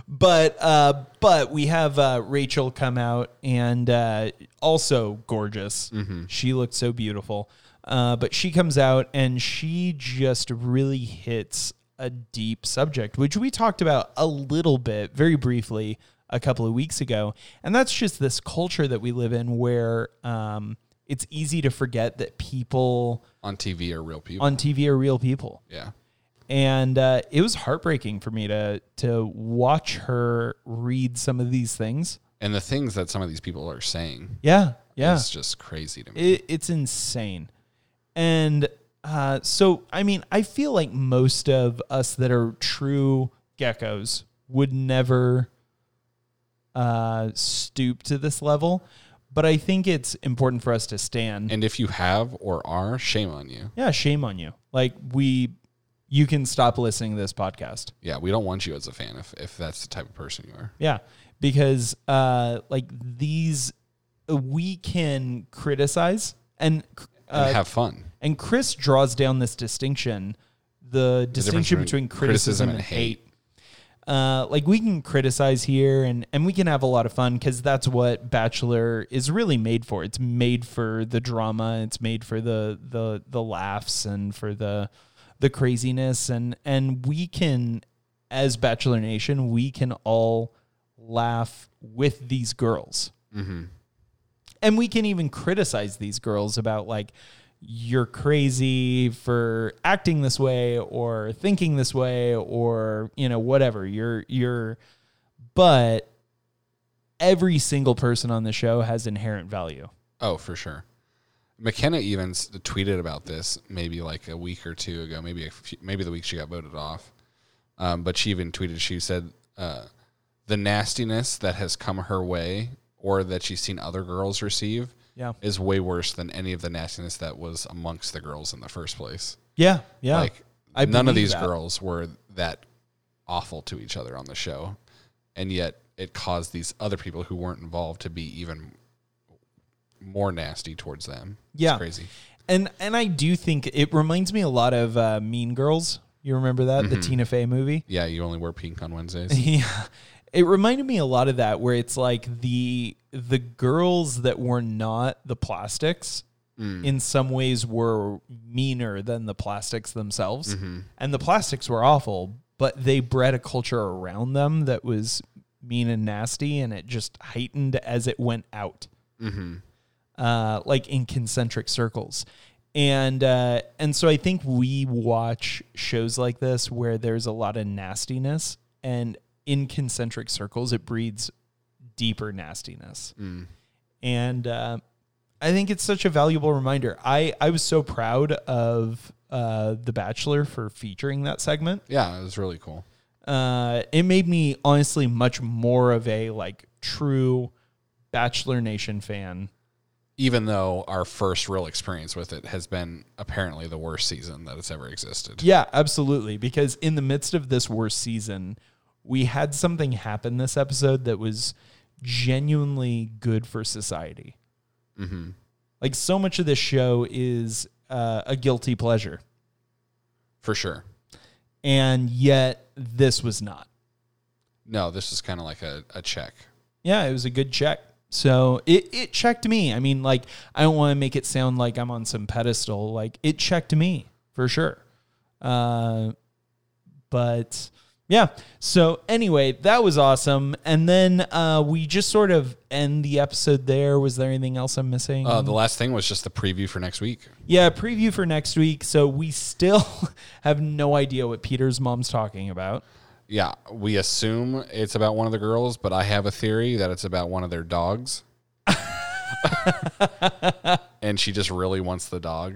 But uh, but we have uh, Rachel come out and uh, also gorgeous. Mm-hmm. She looked so beautiful. Uh, but she comes out and she just really hits a deep subject, which we talked about a little bit, very briefly, a couple of weeks ago. And that's just this culture that we live in where um, it's easy to forget that people on TV are real people. on TV are real people. yeah. and uh, it was heartbreaking for me to to watch her read some of these things. And the things that some of these people are saying Yeah, yeah, is just crazy to me. it, it's insane. And uh, so, I mean, I feel like most of us that are true geckos would never uh, stoop to this level, but I think it's important for us to stand. and if you have or are, shame on you. yeah, shame on you. Like we, you can stop listening to this podcast. Yeah, we don't want you as a fan if, if that's the type of person you are. Yeah, because uh, like these, uh, we can criticize and And uh, have fun. and Chris draws down this distinction, the distinction between criticism, and hate. Uh, like we can criticize here and and we can have a lot of fun because that's what Bachelor is really made for. It's made for the drama. It's made for the the the laughs and for the the craziness and and we can as Bachelor Nation we can all laugh with these girls and we can even criticize these girls about like you're crazy for acting this way or thinking this way or you know whatever you're you're but every single person on the show has inherent value Oh, for sure. McKenna even s- tweeted about this maybe like a week or two ago, maybe a few, maybe the week she got voted off. Um, but she even tweeted, she said, uh, the nastiness that has come her way or that she's seen other girls receive yeah is way worse than any of the nastiness that was amongst the girls in the first place. yeah yeah Like I none of believe these that. girls were that awful to each other on the show, and yet it caused these other people who weren't involved to be even more nasty towards them. It's Yeah. crazy. and and i do think it reminds me a lot of uh, mean girls you remember that Mm-hmm. the tina fey movie Yeah, you only wear pink on Wednesdays. Yeah. It reminded me a lot of that where it's like the the girls that were not the plastics in some ways were meaner than the plastics themselves. And the plastics were awful, but they bred a culture around them that was mean and nasty and it just heightened as it went out uh, like in concentric circles. And uh, and so I think we watch shows like this where there's a lot of nastiness, and in concentric circles, it breeds deeper nastiness. And uh, I think it's such a valuable reminder. I I was so proud of uh, The Bachelor for featuring that segment Yeah, it was really cool. uh, it made me honestly much more of a like true Bachelor Nation fan. Even though our first real experience with it has been apparently the worst season that has ever existed. Yeah, absolutely. Because in the midst of this worst season, we had something happen this episode that was genuinely good for society. Mm-hmm. Like so much of this show is uh, a guilty pleasure, For sure. and yet this was not. No, this is kind of like a, a check. yeah, it was a good check. So it, it checked me. I mean, like, I don't want to make it sound like I'm on some pedestal. Like, it checked me for sure. Uh, but Yeah. So anyway, that was awesome. And then uh, we just sort of end the episode there. Was there anything else I'm missing? Uh, the last thing was just the preview for next week. yeah, preview for next week. So we still have no idea what Peter's mom's talking about. Yeah, we assume it's about one of the girls, but I have a theory that it's about one of their dogs. and she just really wants the dog.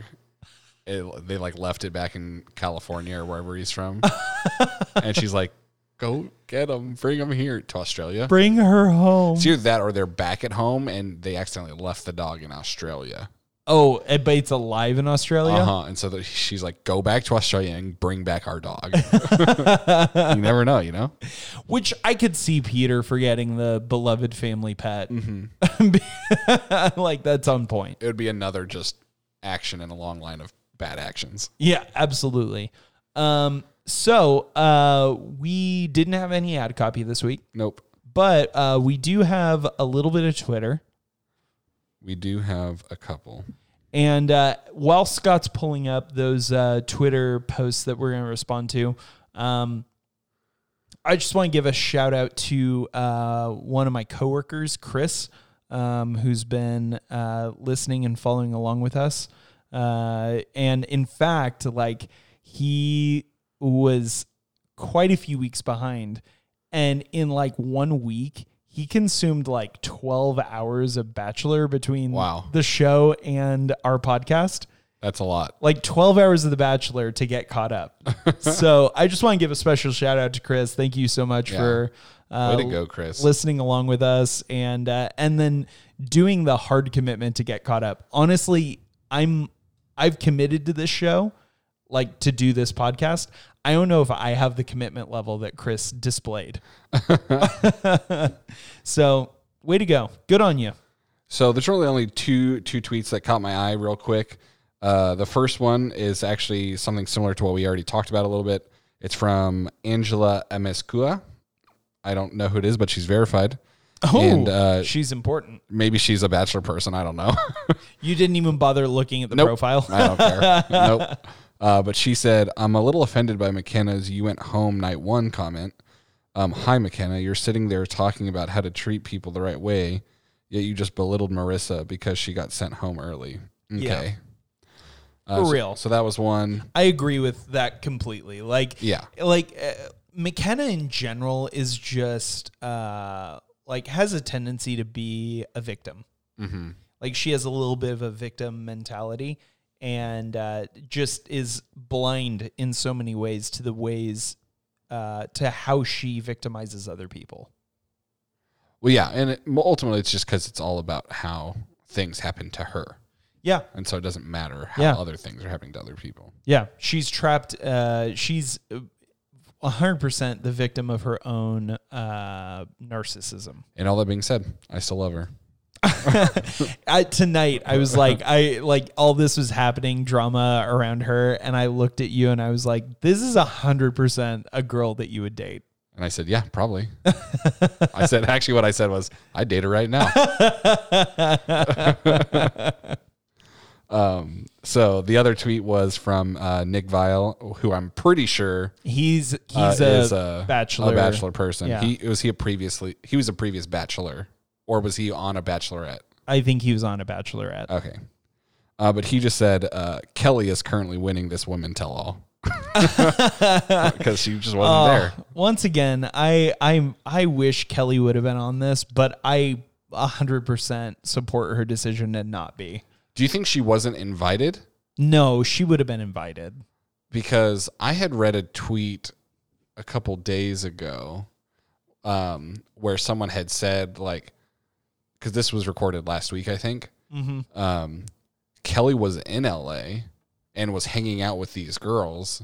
It, they like left it back in California or wherever he's from. and she's like, go get him, bring him here to Australia. Bring her home. It's either that or they're back at home and they accidentally left the dog in Australia. Oh, it- but it's alive in Australia. Uh huh. And so that she's like, go back to Australia and bring back our dog. you never know, you know? Which I could see Peter forgetting the beloved family pet. like that's on point. it would be another just action in a long line of bad actions. Yeah, absolutely. Um, so uh, we didn't have any ad copy this week, Nope. but uh, we do have a little bit of Twitter. We do have a couple. And uh, while Scott's pulling up those uh, Twitter posts that we're going to respond to, um, I just want to give a shout out to uh, one of my coworkers, Chris, um, who's been uh, listening and following along with us. Uh, and in fact, like he was quite a few weeks behind. And in like one week, he consumed like 12 hours of Bachelor between Wow. the show and our podcast That's a lot. like 12 hours of The Bachelor to get caught up. so I just want to give a special shout out to Chris. Thank you so much Yeah. for uh, Way to go, Chris. listening along with us and uh, and then doing the hard commitment to get caught up. Honestly, I'm I've committed to this show, like to do this podcast. I don't know if I have the commitment level that Chris displayed. so, way to go. Good on you. So there's really only two two tweets that caught my eye real quick. Uh, the first one is actually something similar to what we already talked about a little bit. It's from Angela Amescua. I don't know who it is, but she's verified. Oh, And, uh, she's important. Maybe she's a bachelor person. I don't know. You didn't even bother looking at the Nope. profile. I don't care. nope. Uh, but she said, I'm a little offended by McKenna's you went home night one comment. Um, Hi, McKenna. You're sitting there talking about how to treat people the right way, yet you just belittled Marissa because she got sent home early. Okay. Yeah. Uh, For so- real. So, that was one. I agree with that completely. Like, Yeah. like uh, McKenna in general is just uh, like has a tendency to be a victim. Mm-hmm. Like she has a little bit of a victim mentality, and uh, just is blind in so many ways to the ways uh, to how she victimizes other people. Well, yeah. And it, ultimately, it's just because it's all about how things happen to her. Yeah, And so it doesn't matter how Yeah. other things are happening to other people. yeah. She's trapped. Uh, she's. uh, 100% the victim of her own uh, narcissism. And all that being said, I still love her. I, tonight I was like I like all this was happening drama around her and I looked at you and I was like this is a hundred percent a girl that you would date And I said, Yeah, probably. I said, Actually, what I said was, I date her right now. um, so the other tweet was from uh, Nick Vile, who I'm pretty sure he's uh, he's a, is a bachelor a bachelor person. Yeah. He was he a previously he was a previous bachelor, or was he on a bachelorette? I think he was on a bachelorette Okay. Uh, but he just said uh, Kelly is currently winning this women tell all because she just wasn't there. Oh, once again I I I wish Kelly would have been on this but I a hundred percent support her decision to not be Do you think she wasn't invited? no she would have been invited because I had read a tweet a couple days ago um, where someone had said like because this was recorded last week I think mm-hmm. um, Kelly was in LA and was hanging out with these girls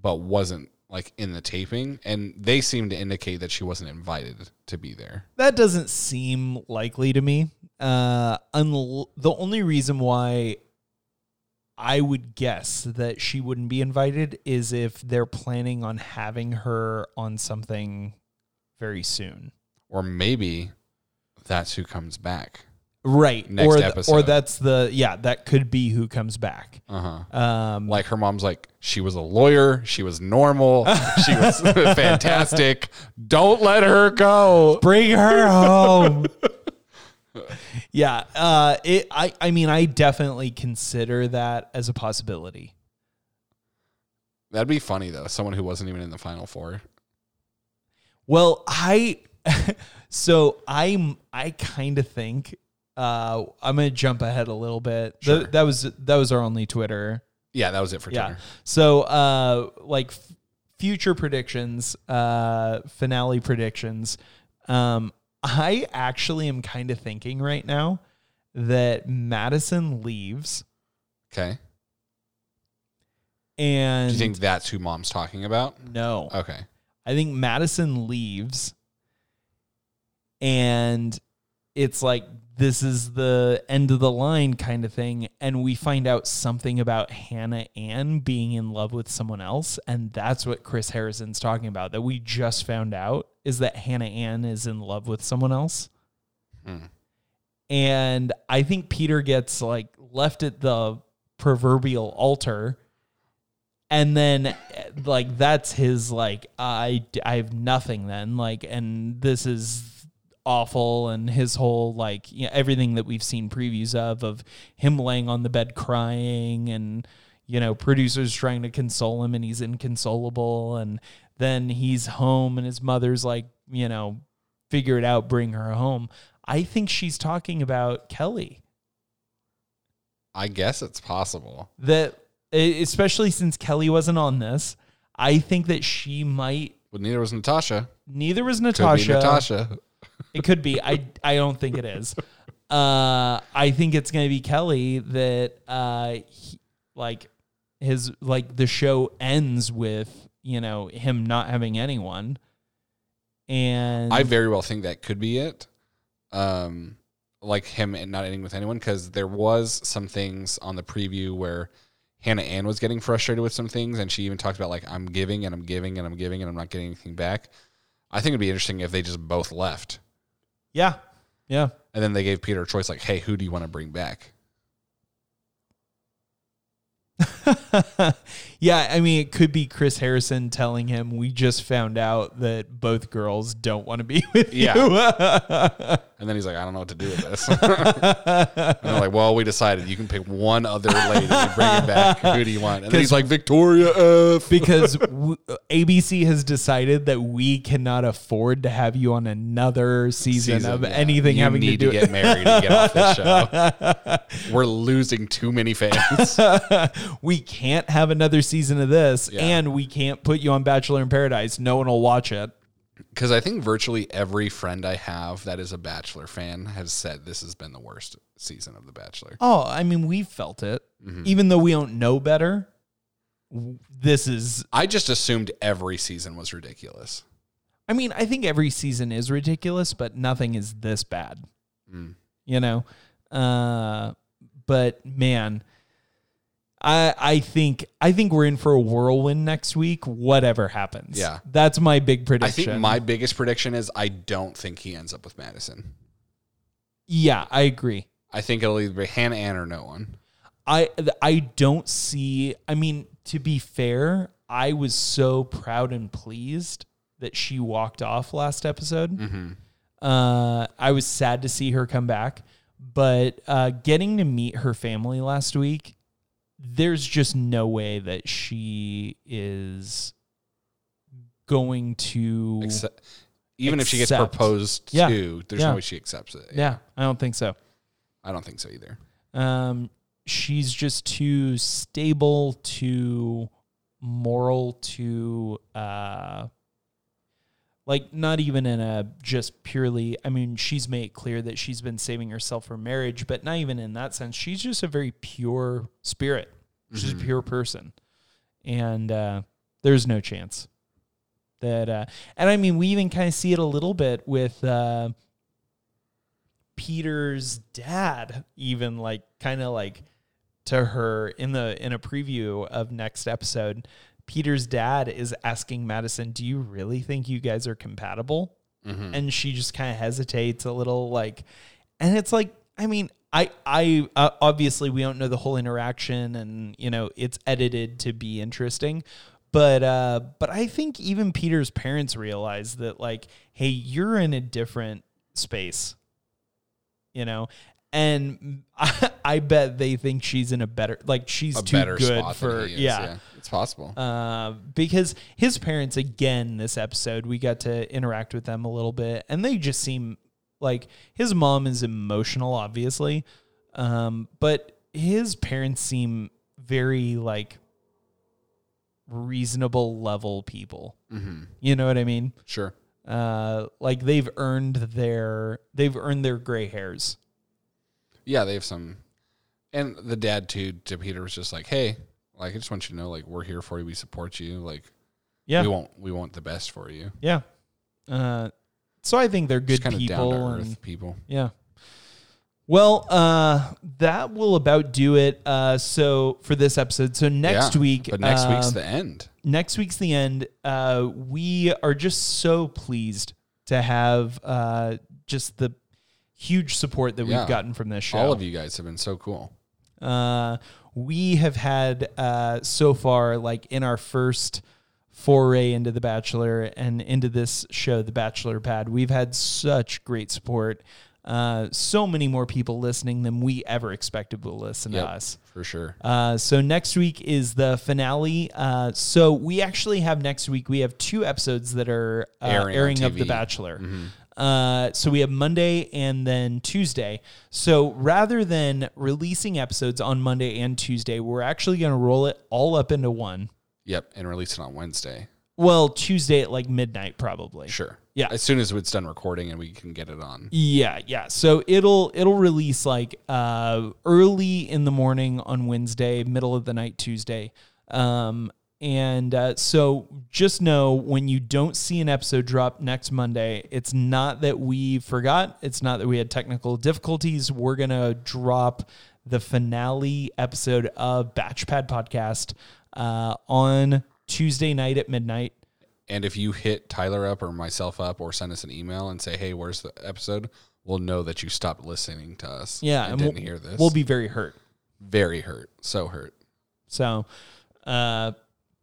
but wasn't like in the taping and they seemed to indicate that she wasn't invited to be there. That doesn't seem likely to me. Uh, unl- the only reason why I would guess that she wouldn't be invited is if they're planning on having her on something very soon. Or maybe that's who comes back. right Next or th- or episode. that's the yeah that could be who comes back. Uh-huh. Um, Like her mom's like, she was a lawyer, she was normal, she was fantastic. Don't let her go. bring her home. yeah, uh, it, I I mean I definitely consider that as a possibility. That'd be funny though. Someone who wasn't even in the final four. Well, I so I'm I kind of think uh I'm gonna jump ahead a little bit. Th- Sure. that was that was our only Twitter. Yeah, that was it for Yeah. Twitter. So uh like f- future predictions, uh finale predictions. Um I actually am kind of thinking right now that Madison leaves Okay. and Do you think that's who mom's talking about? no. Okay. I think Madison leaves and it's like this is the end of the line kind of thing and we find out something about Hannah Ann being in love with someone else and that's what Chris Harrison's talking about that we just found out is that Hannah Ann is in love with someone else. Hmm. And I think Peter gets like left at the proverbial altar and then like that's his like i i have nothing then like and this is awful and his whole like you know, everything that we've seen previews of of him laying on the bed crying and you know producers trying to console him and he's inconsolable and then he's home and his mother's like you know figure it out bring her home i think she's talking about kelly I guess it's possible. that e- especially since Kelly wasn't on this, I think that she might. But neither was Natasha. Neither was Could Natasha. be Natasha. It could be. I I don't think it is. Uh, I think it's gonna be Kelly that uh, he, like his like the show ends with you know him not having anyone, and I very well think that could be it. Um, like him and not ending with anyone because there was some things on the preview where Hannah Ann was getting frustrated with some things, and she even talked about like I'm giving and I'm giving and I'm giving and I'm not getting anything back. I think it'd be interesting if they just both left, yeah yeah and then they gave Peter a choice like, "Hey, who do you want to bring back?" yeah, I mean, it could be Chris Harrison telling him, "We just found out that both girls don't want to be with And then he's like, "I don't know what to do with this." and they're like, "Well, we decided you can pick one other lady and bring it back. Who do you want?" And then he's like, "Victoria F." you," because w- ABC has decided that we cannot afford to have you on another season, of yeah. anything you having to need do. get married and get off this show. We're losing too many fans. we can't have another season of this, Yeah. and we can't put you on Bachelor in Paradise. No one will watch it. Because I think virtually every friend I have that is a Bachelor fan has said this has been the worst season of The Bachelor. Oh, I mean, we felt it, Mm-hmm. even though we don't know better. w- This is I just assumed every season was ridiculous. I mean, I think every season is ridiculous, but nothing is this bad. Mm. You know, uh, but man, I I think I think we're in for a whirlwind next week. Whatever happens, Yeah. that's my big I prediction. think my biggest prediction is I don't think he ends up with Madison. yeah, I agree. I think it'll either be Hannah Ann or no one. I th- I don't see. I mean, to be fair, I was so proud and pleased that she walked off last episode. Uh, I was sad to see her come back, but uh, getting to meet her family last week, there's just no way that she is going to. Except, even if she gets Except- proposed Yeah. to, there's Yeah. no way she accepts it. yeah, I don't think so. I don't think so either. Um, she's just too stable, too moral, too uh, like not even in a just purely. I mean, she's made it clear that she's been saving herself for marriage, but not even in that sense. She's just a very pure spirit. She's a pure person, and uh, there's no chance that. Uh, and I mean, we even kind of see it a little bit with. Uh, Peter's dad even like kind of like to her in the in a preview of next episode Peter's dad is asking Madison, "Do you really think you Mm-hmm. Mm. guys are compatible?" And she just kind of hesitates a little like and it's like I mean, I I uh, obviously we don't know the whole interaction, and you know it's edited to be interesting, but uh, but I think even Peter's parents realize that like, hey, you're in a different space, you know. And I, I bet they think she's in a better, like she's A too better good spot for, than he is. yeah, It's possible. uh, because his parents again this episode we got to interact with them a little bit and they just seem like his mom is emotional obviously um, but his parents seem very like reasonable level people hmm you know what i mean Sure. uh, like they've earned their they've earned their gray hairs Yeah, they have some. And the dad too to Peter was just like, "Hey, like I just want you to know, like we're here for you. We support you. Like yeah we want we want the best for you. yeah uh, so i think they're good just kind of down people to and- earth people. Yeah. Well, uh, that will about do it. Uh, so for this episode, so next Yeah, week, but next uh, week's the end. next week's the end. Uh, we are just so pleased to have uh, just the huge support that Yeah. we've gotten from this show. All of you guys have been so cool. Uh, we have had uh, so far, like in our first foray into The Bachelor and into this show, The Bachelor Pad, we've had such great support. Uh, so many more people listening than we ever expected will listen Yep. to us. for sure. Uh, so next week is the finale. Uh, so we actually have next week we have two episodes that are uh, Airing on Mm-hmm. airing, of TV. The Bachelor. Uh, so we have Monday and then Tuesday. So rather than releasing episodes on Monday and Tuesday, we're actually going to roll it all up into one. Yep, and release it on Wednesday. Well, Tuesday at like midnight probably. Sure. Yeah. As soon as it's done recording and we can get it on. Yeah, yeah. So it'll it'll release like uh early in the morning on Wednesday, middle of the night Tuesday. Um and uh, so just know when you don't see an episode drop next Monday, it's not that we forgot, it's not that we had technical difficulties. We're going to drop the finale episode of Batchpad podcast uh on Tuesday night at midnight. And if you hit Tyler up or myself up or send us an email and say, "Hey, where's the episode?" We'll know that you stopped listening to us. Yeah, and, and didn't we'll- hear this. We'll be very hurt. very hurt, so hurt. So, uh,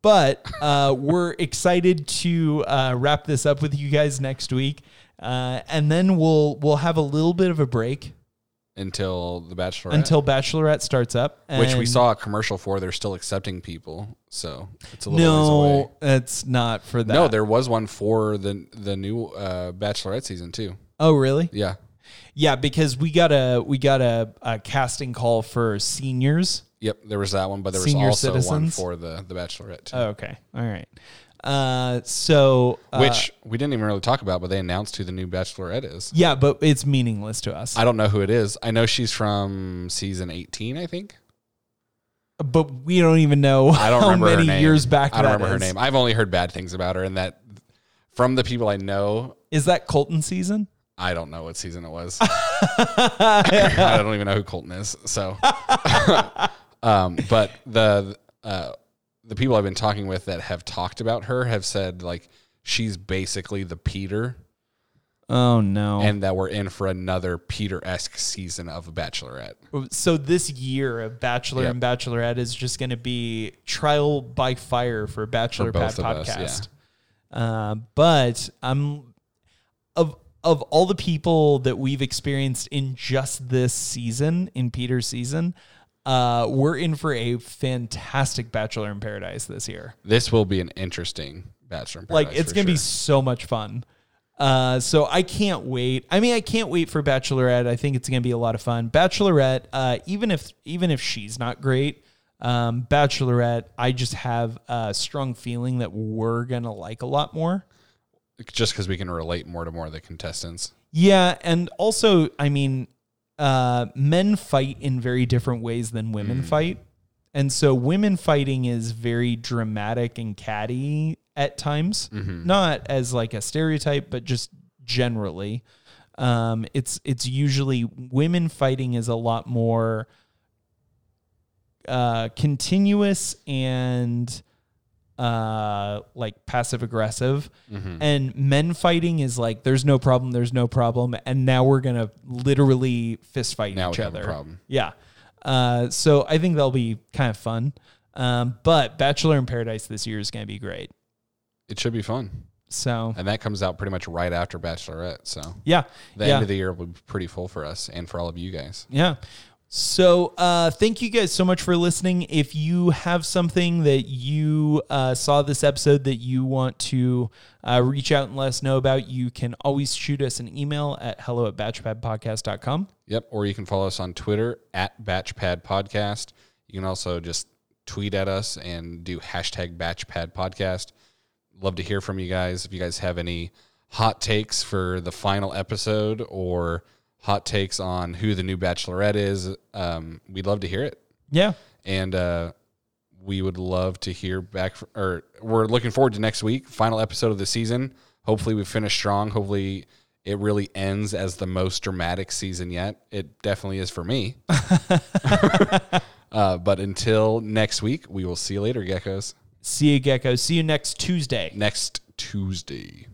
but uh, we're excited to uh, wrap this up with you guys next week, uh, and then we'll we'll have a little bit of a break Until the Bachelorette, until Bachelorette starts up, which we and- saw a commercial for. They're still accepting people, so it's a little ways away. No, it's not for that. No, there was one for the the new uh, Bachelorette season too. oh, really? Yeah, Yeah, because we got a we got a, a casting call for seniors. yep, there was that one, but there was Senior also one citizens? for the the Bachelorette, too, Oh, okay, all right. Uh, so uh, which we didn't even really talk about. But they announced who the new Bachelorette is. yeah, but it's meaningless to us. I don't know who it is. I know she's from season 18, I think. but we don't even know I don't how remember many her name. years back. I that don't remember her is. name. I've only heard bad things about her, and that from the people I know, Is that Colton season? I don't know what season it was. I don't even know who Colton is. So, um, but the uh, the people I've been talking with that have talked about her have said like she's basically the Peter, Oh no. and that we're in for another Peter esque season of Bachelorette. so this year of Bachelor Yep. and Bachelorette is just going to be trial by fire for Bachelor For Pad both of us, podcast. uh, but I'm of of all the people that we've experienced in just this season, in Peter's season, uh, we're in for a fantastic Bachelor in Paradise this year. This will be an interesting Bachelor. in like Paradise it's for gonna be sure. so much fun uh so i can't wait i mean i can't wait for bachelorette i think it's gonna be a lot of fun bachelorette uh even if even if she's not great um bachelorette i just have a strong feeling that we're gonna like a lot more just because we can relate more to more of the contestants. yeah and also i mean uh men fight in very different ways than women Mm. fight and so women fighting is very dramatic and catty at times Mm-hmm. not as like a stereotype but just generally um it's it's usually women fighting is a lot more uh continuous and uh like passive aggressive Mm-hmm. and men fighting is like there's no problem there's no problem and now we're gonna literally fist fight Now each we have a other problem. yeah uh so i think that'll be kind of fun um but bachelor in paradise this year is gonna be great It should be fun. so And that comes out pretty much right after Bachelorette. So yeah the yeah. end of the year will be pretty full for us and for all of you guys. Yeah. So, uh, thank you guys so much for listening. If you have something that you uh, saw this episode that you want to uh, reach out and let us know about, you can always shoot us an email at hello at batchpadpodcast.com. Yep. Or you can follow us on Twitter at Batchpad Podcast. You can also just tweet at us and do hashtag Batchpad Podcast. Love to hear from you guys. If you guys have any hot takes for the final episode or hot takes on who the new Bachelorette is, um, we'd love to hear it. Yeah. and uh, we would love to hear back. fr- or we're looking forward to next week, final episode of the season. Hopefully, we finish strong. Hopefully, it really ends as the most dramatic season yet. It definitely is for me. uh, but until next week, we will see you later, geckos. See you, Gecko. See you next Tuesday. Next Tuesday.